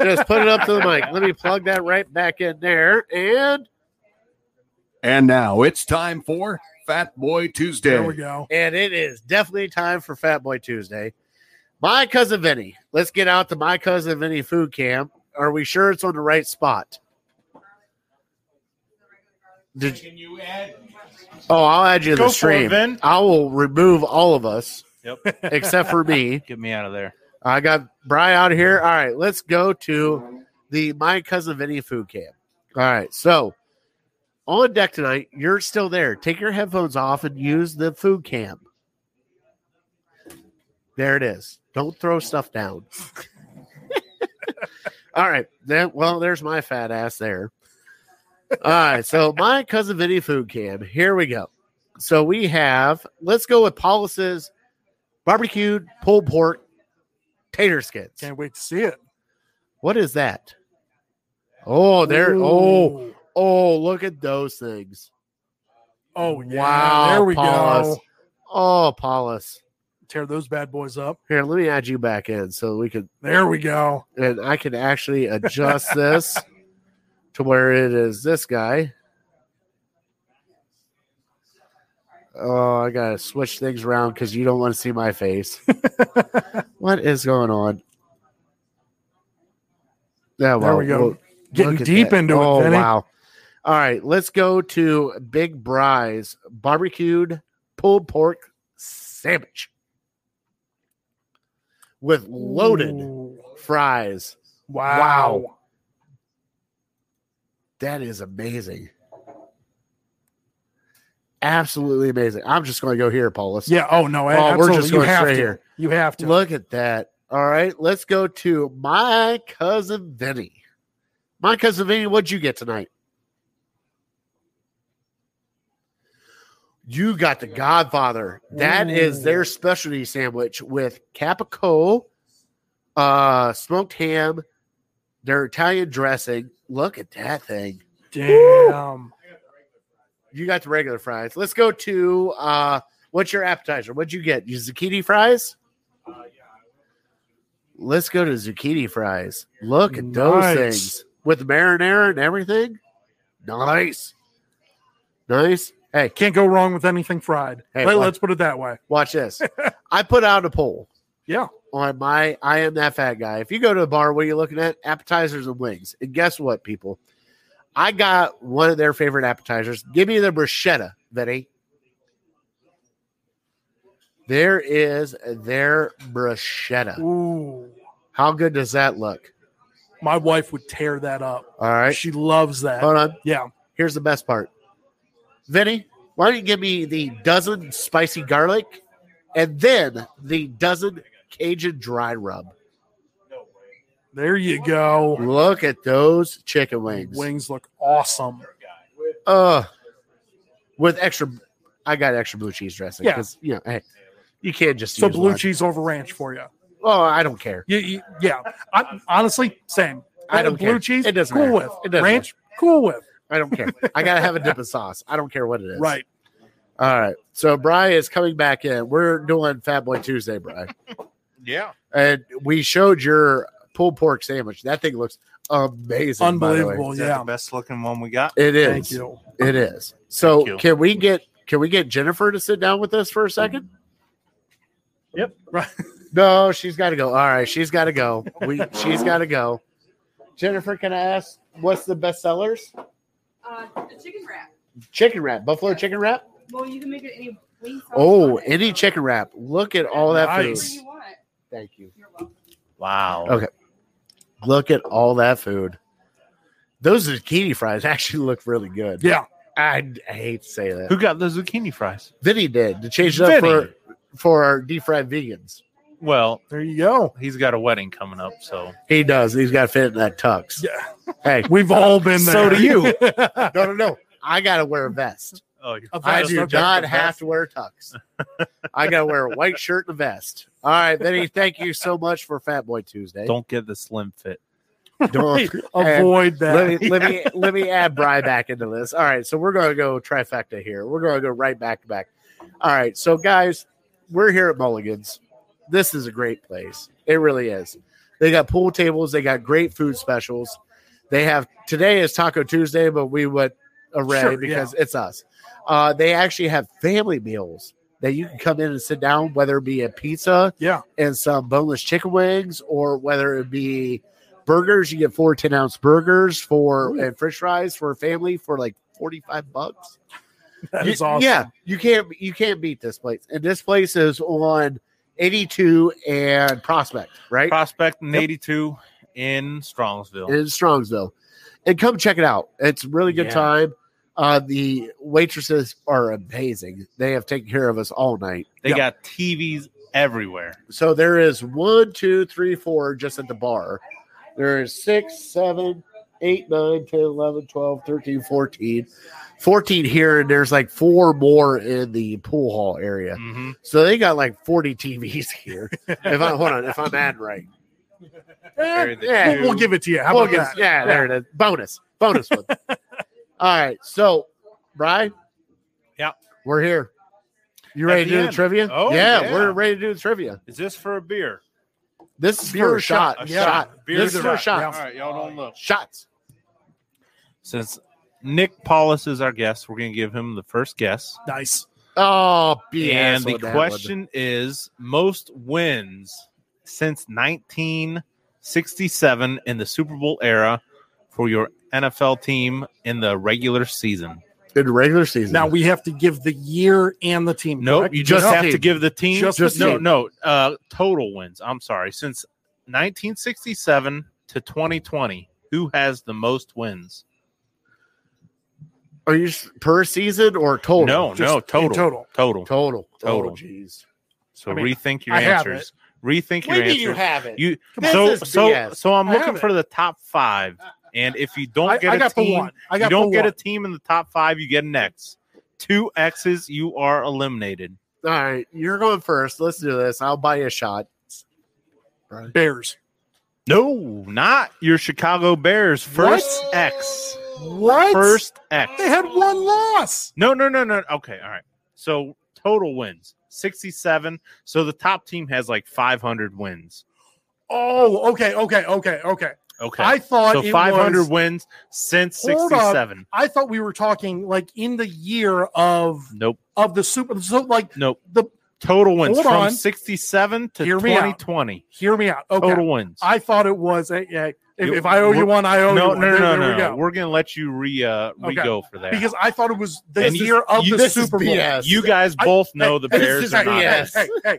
[SPEAKER 3] Just put it up to the mic. Let me plug that right back in there. And
[SPEAKER 5] And now it's time for Fat Boy Tuesday.
[SPEAKER 2] there we go
[SPEAKER 3] and it is definitely time for Fat Boy Tuesday. My cousin Vinny. Let's get out to my cousin Vinny food camp. Are we sure it's on the right spot? Did you add? Oh, I'll add you to
[SPEAKER 1] Go
[SPEAKER 3] the
[SPEAKER 1] for it,
[SPEAKER 3] stream.
[SPEAKER 1] Vin.
[SPEAKER 3] I will remove all of us <laughs>
[SPEAKER 1] Yep.
[SPEAKER 3] except for
[SPEAKER 1] <laughs>
[SPEAKER 3] me.
[SPEAKER 1] Get me out of there.
[SPEAKER 3] I got Bry out here. All right, let's go to the my cousin Vinny food camp. All right, so on deck tonight, you're still there. Take your headphones off and use the food cam. There it is. Don't throw stuff down. <laughs> All right. Then, well, there's my fat ass there. All right. So my cousin Vinny food cam. Here we go. So we have. Let's go with Paulus's barbecued pulled pork tater skins.
[SPEAKER 2] can't wait to see it
[SPEAKER 3] What is that? Oh, there.
[SPEAKER 2] Ooh.
[SPEAKER 3] Oh, oh, look at those things.
[SPEAKER 2] oh yeah.
[SPEAKER 3] Wow,
[SPEAKER 2] there we
[SPEAKER 3] Paulus.
[SPEAKER 2] go
[SPEAKER 3] Oh, Paulus.
[SPEAKER 2] tear those bad boys up
[SPEAKER 3] Here, let me add you back in so we could,
[SPEAKER 2] there we go
[SPEAKER 3] and I can
[SPEAKER 2] <laughs>
[SPEAKER 3] actually adjust this to where it is this guy. Oh, I gotta switch things around because you don't want to see my face.
[SPEAKER 2] <laughs>
[SPEAKER 3] what is going on? Yeah, well,
[SPEAKER 2] we go.
[SPEAKER 3] we'll-
[SPEAKER 2] getting
[SPEAKER 3] Look at
[SPEAKER 2] deep
[SPEAKER 3] that.
[SPEAKER 2] into
[SPEAKER 3] oh,
[SPEAKER 2] it Vinny.
[SPEAKER 3] wow. All right, let's go to Big Bry's barbecued pulled pork sandwich with loaded
[SPEAKER 2] Ooh.
[SPEAKER 3] fries.
[SPEAKER 2] wow
[SPEAKER 3] That is amazing. Absolutely amazing. I'm just going to go here, Paulus.
[SPEAKER 2] yeah oh no
[SPEAKER 3] we're
[SPEAKER 2] absolutely.
[SPEAKER 3] just
[SPEAKER 2] you
[SPEAKER 3] going
[SPEAKER 2] have
[SPEAKER 3] straight
[SPEAKER 2] to
[SPEAKER 3] here.
[SPEAKER 2] you have to
[SPEAKER 3] Look at that. All right, let's go to my cousin Vinny. My cousin Vinny, what'd you get tonight? You got the Godfather. That is their specialty sandwich with capicola, uh, smoked ham, their Italian dressing. Look at that thing.
[SPEAKER 2] Damn.
[SPEAKER 3] You got the regular fries. Let's go to uh, what's your appetizer? What'd you get? You zucchini fries? Let's go to zucchini fries. Look at
[SPEAKER 2] Nice.
[SPEAKER 3] those things with marinara and everything. Nice, nice. Hey,
[SPEAKER 2] Can't go wrong with anything fried.
[SPEAKER 3] Hey,
[SPEAKER 2] Let-
[SPEAKER 3] what-
[SPEAKER 2] let's put it that way.
[SPEAKER 3] watch this. I put out a poll.
[SPEAKER 2] Yeah.
[SPEAKER 3] on my I am that fat guy. If you go to a bar, what are you looking at? Appetizers and wings. And guess what, people? I got one of their favorite appetizers. Give me the bruschetta, Vinny. There is their bruschetta.
[SPEAKER 2] Ooh.
[SPEAKER 3] How good does that look?
[SPEAKER 2] My wife would tear that up.
[SPEAKER 3] All right.
[SPEAKER 2] She loves that.
[SPEAKER 3] Hold on.
[SPEAKER 2] yeah.
[SPEAKER 3] Here's the best part. Vinny, why don't you give me the dozen spicy garlic and then the dozen Cajun dry rub?
[SPEAKER 2] There you go.
[SPEAKER 3] Look at those chicken wings.
[SPEAKER 2] Wings look awesome.
[SPEAKER 3] Uh with extra I got extra blue cheese dressing
[SPEAKER 2] Yeah.
[SPEAKER 3] because you know, hey, you can't just
[SPEAKER 2] So
[SPEAKER 3] use
[SPEAKER 2] blue
[SPEAKER 3] one.
[SPEAKER 2] cheese over ranch for you.
[SPEAKER 3] Oh, I don't care.
[SPEAKER 2] Yeah, you- yeah. I, honestly, same.
[SPEAKER 3] I don't
[SPEAKER 2] blue
[SPEAKER 3] care.
[SPEAKER 2] cheese.
[SPEAKER 3] It doesn't
[SPEAKER 2] cool
[SPEAKER 3] matter.
[SPEAKER 2] with
[SPEAKER 3] It doesn't
[SPEAKER 2] ranch. Cool with
[SPEAKER 3] I don't care. I gotta have a dip of sauce. I don't care what it is.
[SPEAKER 2] right.
[SPEAKER 3] All right. So Bry is coming back in. We're doing Fat Boy Tuesday, Bry.
[SPEAKER 1] Yeah.
[SPEAKER 3] And we showed your pulled pork sandwich. That thing looks amazing. by the way.
[SPEAKER 2] Unbelievable.
[SPEAKER 1] Is that
[SPEAKER 2] Yeah.
[SPEAKER 1] the best looking one we got?
[SPEAKER 3] It is.
[SPEAKER 2] Thank you.
[SPEAKER 3] It is. So
[SPEAKER 1] you.
[SPEAKER 3] can we get can we get Jennifer to sit down with us for a second?
[SPEAKER 2] Yep. Right.
[SPEAKER 3] <laughs> No, she's got to go. All right, she's got to go. We she's got to go. Jennifer, can I ask what's the best sellers?
[SPEAKER 6] Uh, the chicken wrap.
[SPEAKER 3] Chicken wrap, buffalo chicken wrap.
[SPEAKER 6] Well, you can make it any wing sauce.
[SPEAKER 3] Oh,
[SPEAKER 6] on it,
[SPEAKER 3] any
[SPEAKER 6] so-
[SPEAKER 3] chicken wrap. Look at all that
[SPEAKER 6] Whatever
[SPEAKER 2] Nice.
[SPEAKER 6] you
[SPEAKER 3] food.
[SPEAKER 6] want.
[SPEAKER 3] Thank you.
[SPEAKER 6] You're welcome.
[SPEAKER 1] Wow.
[SPEAKER 3] Okay. Look at all that food. Those zucchini fries <laughs> actually look really good.
[SPEAKER 2] Yeah.
[SPEAKER 3] I, I hate to say that.
[SPEAKER 1] Who got the zucchini fries?
[SPEAKER 3] Vinny did to change it up
[SPEAKER 1] Vinny.
[SPEAKER 3] for for our deep fried vegans.
[SPEAKER 1] Well,
[SPEAKER 2] There you go.
[SPEAKER 1] he's got a wedding coming up, so
[SPEAKER 3] He does. He's got to fit in that tux.
[SPEAKER 2] Yeah.
[SPEAKER 3] Hey,
[SPEAKER 2] We've all been there.
[SPEAKER 1] So do
[SPEAKER 2] <laughs>
[SPEAKER 1] you.
[SPEAKER 3] <laughs> no, no, no. I got to wear a vest.
[SPEAKER 1] oh, you're
[SPEAKER 2] A
[SPEAKER 3] I
[SPEAKER 2] vest,
[SPEAKER 3] do
[SPEAKER 2] okay.
[SPEAKER 3] not have to wear tux. I gotta wear a white shirt and a vest. All right, Vinny, thank you so much for Fat Boy Tuesday.
[SPEAKER 1] don't get the slim fit.
[SPEAKER 3] <laughs> Don't-
[SPEAKER 2] Avoid that. <laughs>
[SPEAKER 3] let me let me let me add Bry back into this. All right, so we're gonna go trifecta here. We're gonna go right back to back. All right, so guys, we're here at Mulligan's. This is a great place. It really is. They got pool tables. They got great food specials. They have today is Taco Tuesday, but we went array
[SPEAKER 2] Sure,
[SPEAKER 3] because it's us. Uh, they actually have family meals that you can come in and sit down, whether it be a pizza,
[SPEAKER 2] Yeah.
[SPEAKER 3] and some boneless chicken wings, or whether it be burgers. You get four 10 ounce burgers for and French fries for a family for like forty five bucks.
[SPEAKER 2] <laughs> That
[SPEAKER 3] You-
[SPEAKER 2] is awesome.
[SPEAKER 3] Yeah, you can't you can't beat this place. And this place is on eighty two and Prospect, right
[SPEAKER 1] Prospect and 82 in Strongsville.
[SPEAKER 3] in Strongsville. And come check it out. It's a really good
[SPEAKER 1] Yeah.
[SPEAKER 3] time. Uh, the waitresses are amazing. They have taken care of us all night.
[SPEAKER 1] they got TVs everywhere.
[SPEAKER 3] So there is one, two, three, four just at the bar. There is six, seven, eight, nine, 10, 11, 12, 13, 14. 14 here, and there's like four more in the pool hall area.
[SPEAKER 1] Mhm.
[SPEAKER 3] So they got like 40 TVs here. if I hold on, if I'm adding right,
[SPEAKER 1] Bury the
[SPEAKER 3] yeah,
[SPEAKER 1] two.
[SPEAKER 2] We'll give it to you. How
[SPEAKER 3] Well,
[SPEAKER 2] about
[SPEAKER 3] yes,
[SPEAKER 2] that?
[SPEAKER 3] yeah, there it is. Bonus, bonus one. All right, so Brian,
[SPEAKER 1] Yeah.
[SPEAKER 3] we're here. You
[SPEAKER 1] At
[SPEAKER 3] ready
[SPEAKER 1] the
[SPEAKER 3] to do the
[SPEAKER 1] end.
[SPEAKER 3] trivia?
[SPEAKER 1] Oh,
[SPEAKER 3] yeah,
[SPEAKER 1] yeah.
[SPEAKER 3] we're ready to do the trivia.
[SPEAKER 1] Is this for a beer?
[SPEAKER 3] This is
[SPEAKER 2] Beer
[SPEAKER 3] for
[SPEAKER 2] or
[SPEAKER 3] a shot,
[SPEAKER 1] A
[SPEAKER 2] Yeah.
[SPEAKER 3] shot.
[SPEAKER 1] Beer
[SPEAKER 3] this
[SPEAKER 1] or
[SPEAKER 3] is for a
[SPEAKER 1] shot.
[SPEAKER 3] shot.
[SPEAKER 1] All right, y'all don't look.
[SPEAKER 3] Shots.
[SPEAKER 1] Since Nick Paulus is our guest, we're going to give him the first guess.
[SPEAKER 2] Nice.
[SPEAKER 3] Oh, BS
[SPEAKER 1] and the
[SPEAKER 3] on that one.
[SPEAKER 1] question is most wins since 1967 in the Super Bowl era for your NFL team in the regular season.
[SPEAKER 3] in regular season.
[SPEAKER 2] Now we have to give the year and the team.
[SPEAKER 1] Nope,
[SPEAKER 2] correct?
[SPEAKER 1] you just
[SPEAKER 3] Just
[SPEAKER 1] have to
[SPEAKER 3] team.
[SPEAKER 1] give the team.
[SPEAKER 2] Just
[SPEAKER 3] the
[SPEAKER 1] no,
[SPEAKER 3] team.
[SPEAKER 1] no, uh, total wins. I'm sorry. Since 1967 to 2020, who has the most wins?
[SPEAKER 3] are you s- per season or total?
[SPEAKER 1] no,
[SPEAKER 2] Just
[SPEAKER 1] no,
[SPEAKER 2] in
[SPEAKER 1] total, total,
[SPEAKER 2] total.
[SPEAKER 3] total.
[SPEAKER 1] Total.
[SPEAKER 3] Oh, Jeez.
[SPEAKER 1] So
[SPEAKER 2] I mean,
[SPEAKER 1] rethink your
[SPEAKER 2] I have
[SPEAKER 1] answers. Rethink
[SPEAKER 3] When
[SPEAKER 1] your
[SPEAKER 3] do you
[SPEAKER 1] answers.
[SPEAKER 3] have it?
[SPEAKER 1] You
[SPEAKER 3] This
[SPEAKER 1] so
[SPEAKER 3] is
[SPEAKER 1] so
[SPEAKER 3] BS.
[SPEAKER 1] so. I'm
[SPEAKER 2] I
[SPEAKER 1] looking
[SPEAKER 2] have it.
[SPEAKER 1] for the top five, and if you don't
[SPEAKER 2] I,
[SPEAKER 1] get
[SPEAKER 2] I
[SPEAKER 1] a
[SPEAKER 2] got the
[SPEAKER 1] team,
[SPEAKER 2] one. I
[SPEAKER 1] you
[SPEAKER 2] got
[SPEAKER 1] don't
[SPEAKER 2] the
[SPEAKER 1] get a
[SPEAKER 2] one.
[SPEAKER 1] team in the top five. You get an X. Two X's, you are eliminated.
[SPEAKER 3] All right, you're going first. Let's do this. I'll buy you a shot. Brian?
[SPEAKER 2] Bears.
[SPEAKER 1] No, not your Chicago Bears. First X.
[SPEAKER 2] What?
[SPEAKER 1] First X.
[SPEAKER 2] They had one loss.
[SPEAKER 1] No, no, no, no. Okay, all right. So total wins 67. So the top team has like 500 wins.
[SPEAKER 2] Oh, okay, okay, okay, okay.
[SPEAKER 1] Okay.
[SPEAKER 2] I thought
[SPEAKER 1] so
[SPEAKER 2] it
[SPEAKER 1] 500
[SPEAKER 2] was-
[SPEAKER 1] wins since
[SPEAKER 2] Hold up.
[SPEAKER 1] 67.
[SPEAKER 2] I thought we were talking like in the year of
[SPEAKER 1] Nope.
[SPEAKER 2] of the super. So like
[SPEAKER 1] Nope.
[SPEAKER 2] the
[SPEAKER 1] Total wins
[SPEAKER 2] Hold
[SPEAKER 1] from
[SPEAKER 2] on.
[SPEAKER 1] 67 to
[SPEAKER 2] Hear me out.
[SPEAKER 1] 2020.
[SPEAKER 2] hear me out. Okay,
[SPEAKER 1] Total wins.
[SPEAKER 2] I thought it was a. a- if,
[SPEAKER 1] You-
[SPEAKER 2] if I owe you
[SPEAKER 1] we're-
[SPEAKER 2] one, I owe you
[SPEAKER 1] no,
[SPEAKER 2] one.
[SPEAKER 1] no, no,
[SPEAKER 2] There-
[SPEAKER 1] no,
[SPEAKER 2] there we
[SPEAKER 1] no.
[SPEAKER 2] go.
[SPEAKER 1] We are gonna let you re uh, re
[SPEAKER 2] Okay.
[SPEAKER 1] go for that
[SPEAKER 2] Because I thought it was the
[SPEAKER 1] And you-
[SPEAKER 2] year of
[SPEAKER 1] you-
[SPEAKER 2] the
[SPEAKER 1] this is
[SPEAKER 2] Super Bowl.
[SPEAKER 3] BS.
[SPEAKER 1] you guys
[SPEAKER 2] I-
[SPEAKER 1] both know the
[SPEAKER 2] Hey, hey,
[SPEAKER 1] Bears are
[SPEAKER 2] hey,
[SPEAKER 1] not.
[SPEAKER 3] BS.
[SPEAKER 2] Hey, hey, hey.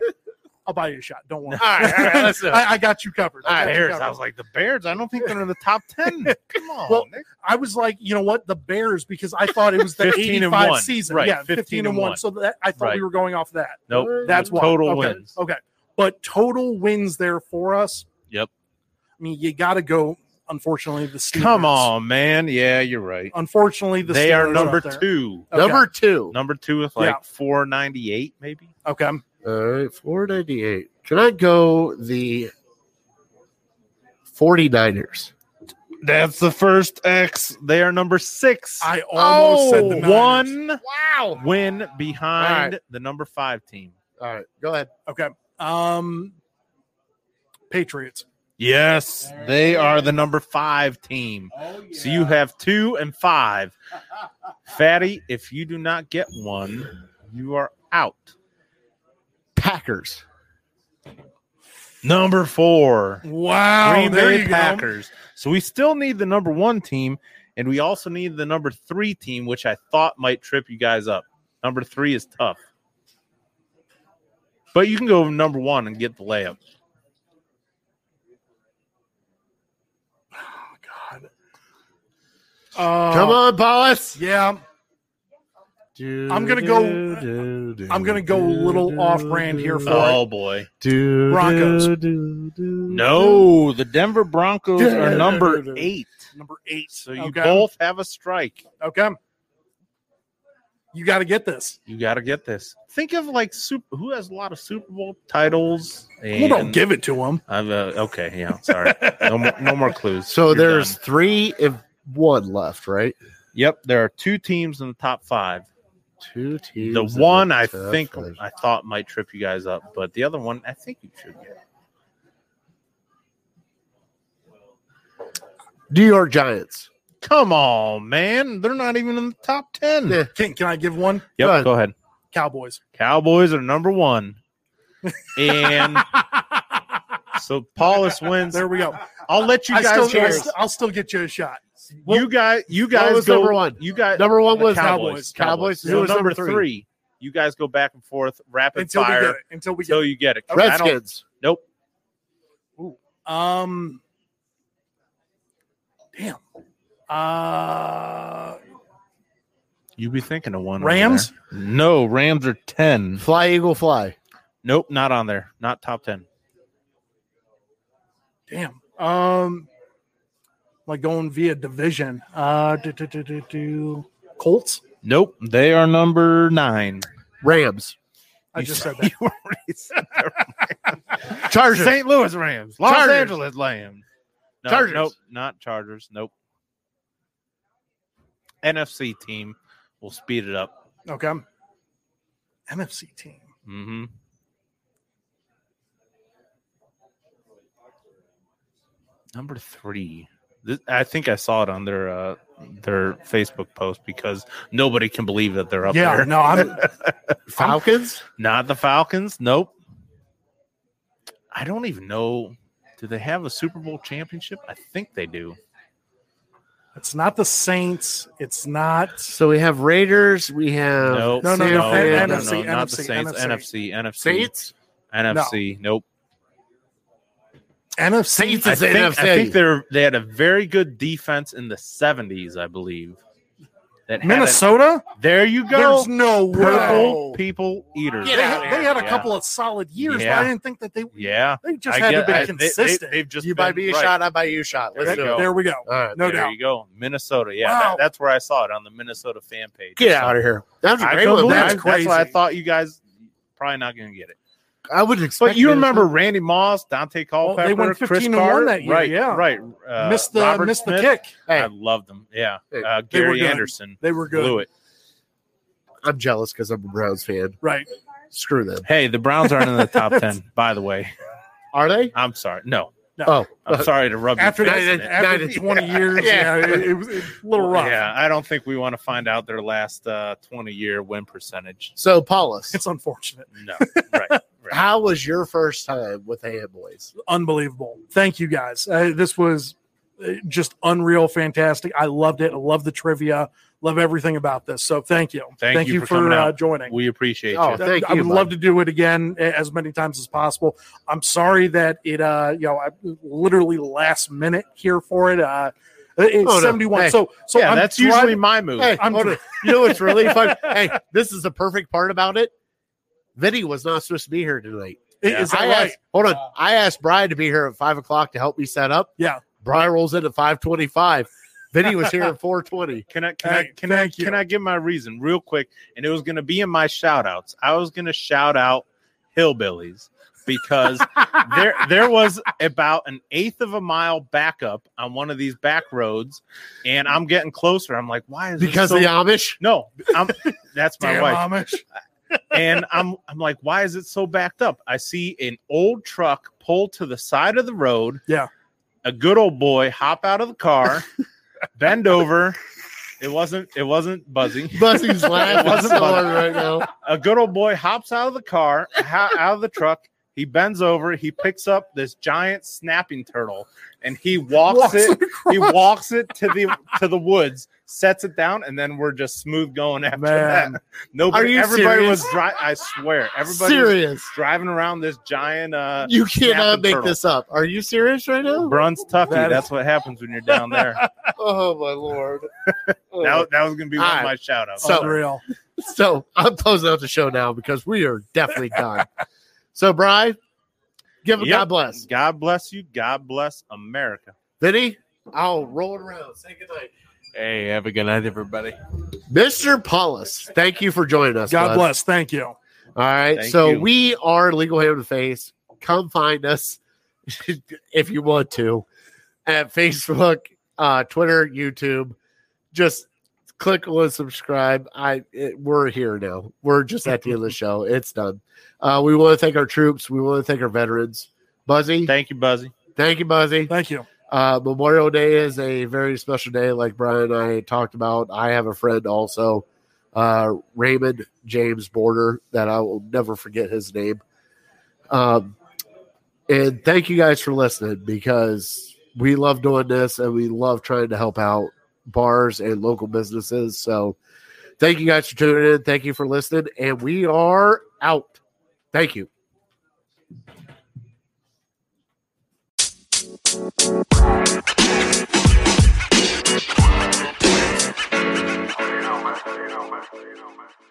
[SPEAKER 2] I'll buy you a shot.
[SPEAKER 1] <laughs>
[SPEAKER 2] Don't worry.
[SPEAKER 3] All right, all right, let's do it.
[SPEAKER 2] I, I got you covered. I, got you
[SPEAKER 1] Ah, Bears.
[SPEAKER 2] covered.
[SPEAKER 1] I was like the Bears. I don't think they're in the top
[SPEAKER 2] <laughs>
[SPEAKER 1] ten. Come on,
[SPEAKER 2] Well,
[SPEAKER 1] Nick.
[SPEAKER 2] I was like, you know what, the Bears, because I thought it
[SPEAKER 1] <laughs>
[SPEAKER 2] was the
[SPEAKER 1] 15 and
[SPEAKER 2] 85
[SPEAKER 1] one.
[SPEAKER 2] season.
[SPEAKER 1] Right,
[SPEAKER 2] Yeah,
[SPEAKER 1] 15
[SPEAKER 2] 15,
[SPEAKER 1] and
[SPEAKER 2] and 1.
[SPEAKER 1] one.
[SPEAKER 2] So that, I thought
[SPEAKER 1] Right.
[SPEAKER 2] we were going off that.
[SPEAKER 1] Nope.
[SPEAKER 2] That's why.
[SPEAKER 1] total
[SPEAKER 2] Okay.
[SPEAKER 1] wins.
[SPEAKER 2] Okay. But total wins there for us.
[SPEAKER 1] Yep.
[SPEAKER 2] I mean, you got to go, unfortunately, the Steelers.
[SPEAKER 1] Come on, man. Yeah, you're right.
[SPEAKER 2] Unfortunately, the
[SPEAKER 1] they
[SPEAKER 2] Steelers
[SPEAKER 1] are number
[SPEAKER 2] up there.
[SPEAKER 1] two.
[SPEAKER 2] Okay.
[SPEAKER 3] <laughs> Number two.
[SPEAKER 1] Number two with like
[SPEAKER 2] Yeah.
[SPEAKER 1] 498, maybe.
[SPEAKER 2] Okay.
[SPEAKER 3] All right, 498. Can I go the 49ers?
[SPEAKER 1] That's the first X. They are number six.
[SPEAKER 2] I almost said the Niners.
[SPEAKER 1] Oh, one
[SPEAKER 3] Wow.
[SPEAKER 1] win behind
[SPEAKER 3] All
[SPEAKER 1] the number five team.
[SPEAKER 3] All right, go ahead.
[SPEAKER 2] Okay. Um, Patriots.
[SPEAKER 1] Yes, they are the number five team.
[SPEAKER 4] Oh, yeah.
[SPEAKER 1] So you have two and five. Fatty, if you do not get one, you are out.
[SPEAKER 3] Packers.
[SPEAKER 1] Number four,
[SPEAKER 2] Wow.
[SPEAKER 1] Green
[SPEAKER 2] there
[SPEAKER 1] Bay
[SPEAKER 2] you go.
[SPEAKER 1] Packers. So we still need the number one team, and we also need the number three team, which I thought might trip you guys up. Number three is tough. But you can go number one and get the layup.
[SPEAKER 2] Oh, God. Uh,
[SPEAKER 3] Come on, Paulus.
[SPEAKER 2] Yeah. I'm gonna go- I'm gonna go a little off-brand here for it.
[SPEAKER 1] Oh boy.
[SPEAKER 2] Broncos.
[SPEAKER 1] No, the Denver Broncos are number eight.
[SPEAKER 2] Number eight.
[SPEAKER 1] So you
[SPEAKER 2] okay.
[SPEAKER 1] both have a strike.
[SPEAKER 2] Okay. You got to get this.
[SPEAKER 1] You got to get this. Think of like super, who has a lot of Super Bowl titles. And
[SPEAKER 2] Well, don't give it to them.
[SPEAKER 1] I've, uh, okay, yeah, sorry. No more, no more clues.
[SPEAKER 3] <laughs> So
[SPEAKER 1] You're
[SPEAKER 3] there's
[SPEAKER 1] done.
[SPEAKER 3] three and one left, right?
[SPEAKER 1] yep, there are two teams in the top five.
[SPEAKER 3] Two teams.
[SPEAKER 1] The
[SPEAKER 3] in
[SPEAKER 1] one I
[SPEAKER 3] tough
[SPEAKER 1] think
[SPEAKER 3] fight.
[SPEAKER 1] I thought might trip you guys up, but the other one I think you should get.
[SPEAKER 3] New York Giants.
[SPEAKER 1] Come on, man, they're not even in the top ten.
[SPEAKER 3] Yeah.
[SPEAKER 1] Yep,
[SPEAKER 2] Can, can I give one?
[SPEAKER 3] Go ahead.
[SPEAKER 1] go ahead. <laughs>
[SPEAKER 2] Cowboys.
[SPEAKER 1] Cowboys are number one,
[SPEAKER 3] <laughs>
[SPEAKER 1] and so Paulus wins.
[SPEAKER 2] There we go.
[SPEAKER 1] I'll let you
[SPEAKER 2] I
[SPEAKER 1] guys.
[SPEAKER 2] still, I
[SPEAKER 1] guys
[SPEAKER 2] st- I'll still get you a shot.
[SPEAKER 1] you guys. You guys
[SPEAKER 3] was
[SPEAKER 1] go.
[SPEAKER 3] number one?
[SPEAKER 1] You guys.
[SPEAKER 3] Number one was
[SPEAKER 1] Cowboys.
[SPEAKER 2] Cowboys.
[SPEAKER 3] Cowboys.
[SPEAKER 1] So
[SPEAKER 3] Who was
[SPEAKER 1] number,
[SPEAKER 3] number
[SPEAKER 1] three?
[SPEAKER 3] three?
[SPEAKER 1] You guys go back and forth, rapid
[SPEAKER 2] Until we
[SPEAKER 1] fire
[SPEAKER 2] get it. Until we get
[SPEAKER 1] until you get it. 'Cause I don't-
[SPEAKER 3] Redskins.
[SPEAKER 1] Nope.
[SPEAKER 2] it. Um. Damn. Uh.
[SPEAKER 1] You be thinking of one. over
[SPEAKER 2] Rams?
[SPEAKER 1] there. No, Rams are ten.
[SPEAKER 3] Fly Eagle Fly.
[SPEAKER 1] Nope, not on there. Not top ten.
[SPEAKER 2] Damn. Um. Like going via division. Uh. Do, do, do, do, do. Colts.
[SPEAKER 1] Nope, they are number nine.
[SPEAKER 3] Rams.
[SPEAKER 2] I
[SPEAKER 1] You
[SPEAKER 2] just
[SPEAKER 1] said-
[SPEAKER 2] said that.
[SPEAKER 1] <laughs> you already said that.
[SPEAKER 3] Chargers.
[SPEAKER 1] St. Louis Rams. Los
[SPEAKER 3] Chargers.
[SPEAKER 1] Angeles Rams. No,
[SPEAKER 3] Chargers.
[SPEAKER 1] Nope, not Chargers. Nope. NFC team. We'll speed it up.
[SPEAKER 2] Okay. NFC team.
[SPEAKER 1] Mm-hmm. Number three. This, I think I saw it on their uh, their Facebook post because nobody can believe that they're up
[SPEAKER 2] yeah.
[SPEAKER 1] there. <laughs>
[SPEAKER 2] No. I'm.
[SPEAKER 3] Falcons.
[SPEAKER 1] Not the Falcons. Nope. I don't even know. Do they have a Super Bowl championship? I think they do.
[SPEAKER 2] It's not the Saints. It's not.
[SPEAKER 3] So we have Raiders. We have
[SPEAKER 1] Nope.
[SPEAKER 2] No, no,
[SPEAKER 3] San
[SPEAKER 2] no,
[SPEAKER 3] Fran,
[SPEAKER 2] NFC,
[SPEAKER 1] not the
[SPEAKER 2] NFC,
[SPEAKER 1] Saints.
[SPEAKER 2] NFC.
[SPEAKER 1] NFC, NFC,
[SPEAKER 3] Saints.
[SPEAKER 1] NFC. Nope.
[SPEAKER 2] NFC.
[SPEAKER 3] Saints
[SPEAKER 1] I
[SPEAKER 3] is
[SPEAKER 1] think, I
[SPEAKER 3] NFC.
[SPEAKER 1] think they're they had a very good defense in the seventies, I believe. That had a-
[SPEAKER 2] Minnesota?
[SPEAKER 1] there you go.
[SPEAKER 2] There's no way.
[SPEAKER 1] Purple people eaters.
[SPEAKER 2] They,
[SPEAKER 3] Get out of
[SPEAKER 2] they had a
[SPEAKER 1] Yeah.
[SPEAKER 2] couple of solid years,
[SPEAKER 1] Yeah.
[SPEAKER 2] but I didn't think that they
[SPEAKER 1] Yeah,
[SPEAKER 2] they just
[SPEAKER 1] I
[SPEAKER 2] had
[SPEAKER 1] get-
[SPEAKER 2] to be
[SPEAKER 1] I- they-
[SPEAKER 2] consistent.
[SPEAKER 1] They, have just
[SPEAKER 3] you buy
[SPEAKER 1] been-
[SPEAKER 3] me a
[SPEAKER 1] right.
[SPEAKER 3] shot. I buy you a shot.
[SPEAKER 1] There
[SPEAKER 3] Let's
[SPEAKER 1] you
[SPEAKER 3] do
[SPEAKER 1] go.
[SPEAKER 3] it.
[SPEAKER 2] there we go.
[SPEAKER 3] All right.
[SPEAKER 2] No
[SPEAKER 1] there
[SPEAKER 2] doubt.
[SPEAKER 1] you go, Minnesota. Yeah,
[SPEAKER 2] Wow.
[SPEAKER 1] that- that's where I saw it on the Minnesota fan page.
[SPEAKER 3] Get out of here. That was a
[SPEAKER 1] I
[SPEAKER 3] great
[SPEAKER 1] couldn't
[SPEAKER 3] one.
[SPEAKER 1] believe it.
[SPEAKER 3] Max.
[SPEAKER 1] That's why I
[SPEAKER 2] crazy.
[SPEAKER 1] thought you guys probably not going to get it.
[SPEAKER 3] I would expect.
[SPEAKER 1] But you
[SPEAKER 3] this-
[SPEAKER 1] remember Randy Moss, Dante Culpepper,
[SPEAKER 2] they went
[SPEAKER 1] Chris
[SPEAKER 2] 15 and one
[SPEAKER 1] Carter,
[SPEAKER 2] that year,
[SPEAKER 1] right?
[SPEAKER 2] yeah.
[SPEAKER 1] right. Uh,
[SPEAKER 2] missed the
[SPEAKER 1] Robert
[SPEAKER 2] missed
[SPEAKER 1] Smith.
[SPEAKER 2] the kick.
[SPEAKER 1] I
[SPEAKER 3] Hey,
[SPEAKER 1] loved them. Yeah,
[SPEAKER 3] Hey,
[SPEAKER 1] uh,
[SPEAKER 2] they were
[SPEAKER 1] Gary
[SPEAKER 2] good.
[SPEAKER 1] Anderson
[SPEAKER 2] They were good.
[SPEAKER 1] blew it.
[SPEAKER 3] I'm jealous because I'm a Browns fan.
[SPEAKER 2] Right.
[SPEAKER 3] Screw them.
[SPEAKER 1] Hey, the Browns aren't in the
[SPEAKER 2] <laughs>
[SPEAKER 1] top ten. By the way,
[SPEAKER 3] Are they?
[SPEAKER 1] I'm sorry. No,
[SPEAKER 3] Oh,
[SPEAKER 1] I'm sorry to rub
[SPEAKER 2] After
[SPEAKER 1] your
[SPEAKER 3] that-
[SPEAKER 1] face in
[SPEAKER 2] that,
[SPEAKER 1] it.
[SPEAKER 2] after
[SPEAKER 3] Nine-
[SPEAKER 2] 20
[SPEAKER 1] <laughs>
[SPEAKER 2] years,
[SPEAKER 3] Yeah.
[SPEAKER 2] yeah, it, it was it was a little rough.
[SPEAKER 1] Yeah, I don't think we want to find out their last uh, 20 year win percentage.
[SPEAKER 3] so Paulus,
[SPEAKER 2] It's unfortunate. <laughs>
[SPEAKER 1] No, right. right.
[SPEAKER 3] how was your first time with AM Boys?
[SPEAKER 2] Unbelievable. Thank you guys. Uh, this was uh, just unreal, fantastic. I loved it. I love the trivia. Love everything about this. So thank you.
[SPEAKER 1] Thank you
[SPEAKER 2] you,
[SPEAKER 1] for
[SPEAKER 2] for,
[SPEAKER 1] coming
[SPEAKER 2] uh,
[SPEAKER 1] out.
[SPEAKER 2] joining.
[SPEAKER 1] We appreciate
[SPEAKER 3] Oh,
[SPEAKER 1] you.
[SPEAKER 2] That-
[SPEAKER 3] thank
[SPEAKER 2] I
[SPEAKER 3] you,
[SPEAKER 2] would love
[SPEAKER 3] bud.
[SPEAKER 2] to do it again a- as many times as possible. I'm sorry that it, uh, you know, I literally last minute here for it. Uh, it's
[SPEAKER 3] Oh, no.
[SPEAKER 2] 71.
[SPEAKER 3] Hey.
[SPEAKER 2] So, so
[SPEAKER 1] yeah,
[SPEAKER 2] I'm
[SPEAKER 1] that's
[SPEAKER 2] driving-
[SPEAKER 1] usually my move.
[SPEAKER 3] Hey,
[SPEAKER 2] I'm-
[SPEAKER 3] hold it. you know
[SPEAKER 1] <laughs>
[SPEAKER 3] what's really fun? Hey, this is the perfect part about it. Vinny was not supposed to be here tonight.
[SPEAKER 2] Is that
[SPEAKER 3] I
[SPEAKER 2] right?
[SPEAKER 3] asked, hold on. I asked Brian to be here at five o'clock to help me set up.
[SPEAKER 2] Yeah.
[SPEAKER 3] Brian rolls in at five twenty-five. Vinny was <laughs> here at four twenty.
[SPEAKER 1] Can I can I
[SPEAKER 2] Hey,
[SPEAKER 1] can I
[SPEAKER 2] thank you.
[SPEAKER 1] can I give my reason real quick? And it was gonna be in my shout outs. I was gonna shout out hillbillies because
[SPEAKER 2] <laughs>
[SPEAKER 1] there there was about an eighth of a mile backup on one of these back roads, and I'm getting closer. I'm like, why is this
[SPEAKER 3] Because
[SPEAKER 1] so-
[SPEAKER 3] the Amish.
[SPEAKER 1] no, I'm, that's my
[SPEAKER 2] Damn
[SPEAKER 1] wife. <laughs>
[SPEAKER 2] Amish.
[SPEAKER 1] and I'm I'm like, why is it so backed up? I see an old truck pull to the side of the road.
[SPEAKER 2] Yeah.
[SPEAKER 1] A good old boy hop out of the
[SPEAKER 2] <laughs>
[SPEAKER 1] car, bend over. It wasn't it wasn't buzzing.
[SPEAKER 3] Buzzy's
[SPEAKER 1] It
[SPEAKER 3] laughing
[SPEAKER 1] wasn't
[SPEAKER 3] so
[SPEAKER 1] Buzzy.
[SPEAKER 3] hard right now.
[SPEAKER 1] A good old boy hops out of the car, ho- out of the truck. He bends over. He picks up this giant snapping turtle, and he walks,
[SPEAKER 2] Walks
[SPEAKER 1] it. He
[SPEAKER 2] across.
[SPEAKER 1] walks it to the to the woods, sets it down, and then we're just smooth going after
[SPEAKER 2] Man.
[SPEAKER 1] that. Nobody,
[SPEAKER 3] Are you
[SPEAKER 1] everybody
[SPEAKER 3] serious?
[SPEAKER 1] was dry. I swear, everybody was
[SPEAKER 3] serious.
[SPEAKER 1] driving around this giant uh
[SPEAKER 3] You cannot
[SPEAKER 1] snapping
[SPEAKER 3] make
[SPEAKER 1] turtle.
[SPEAKER 3] this up. Are you serious right now?
[SPEAKER 1] Bruns Tucky.
[SPEAKER 2] That is-
[SPEAKER 1] That's what happens when you're down there.
[SPEAKER 3] <laughs> Oh my
[SPEAKER 1] <laughs>
[SPEAKER 3] lord.
[SPEAKER 1] That, was- that was gonna be one
[SPEAKER 3] Alright.
[SPEAKER 1] of my shout outs.
[SPEAKER 3] So-
[SPEAKER 2] Unreal.
[SPEAKER 3] Uh, so I'm closing out the show now because we are definitely done. So Brian, give a
[SPEAKER 1] Yep.
[SPEAKER 3] God bless.
[SPEAKER 1] God bless you. God bless America.
[SPEAKER 3] Vinny, I'll roll it around. Say goodnight.
[SPEAKER 5] Hey, have a good night, everybody.
[SPEAKER 3] Mr. Paulus, thank you for joining us.
[SPEAKER 2] God
[SPEAKER 3] bud.
[SPEAKER 2] bless. Thank you.
[SPEAKER 3] All right.
[SPEAKER 1] Thank
[SPEAKER 3] so
[SPEAKER 1] you.
[SPEAKER 3] we are Legal Hand in the Face. Come find us <laughs> if you want to at Facebook, uh, Twitter, YouTube. Just click on subscribe. I it, we're here now. We're just at the
[SPEAKER 5] <laughs>
[SPEAKER 3] end of the show. It's done. Uh, we want to thank our troops. We want to thank our veterans. Buzzy,
[SPEAKER 1] Thank you, Buzzy.
[SPEAKER 3] thank you, Buzzy.
[SPEAKER 2] Thank you.
[SPEAKER 3] Uh, Memorial Day is a very special day, like Brian and I talked about. I have a friend also, uh, Raymond James Border, that I will never forget his name. Um, and thank you guys for listening because we love doing this and we love trying to help out bars and local businesses. So thank you guys for tuning in. Thank you for listening. And we are out. Thank you.
[SPEAKER 7] You know, man. You know, man. You know, man.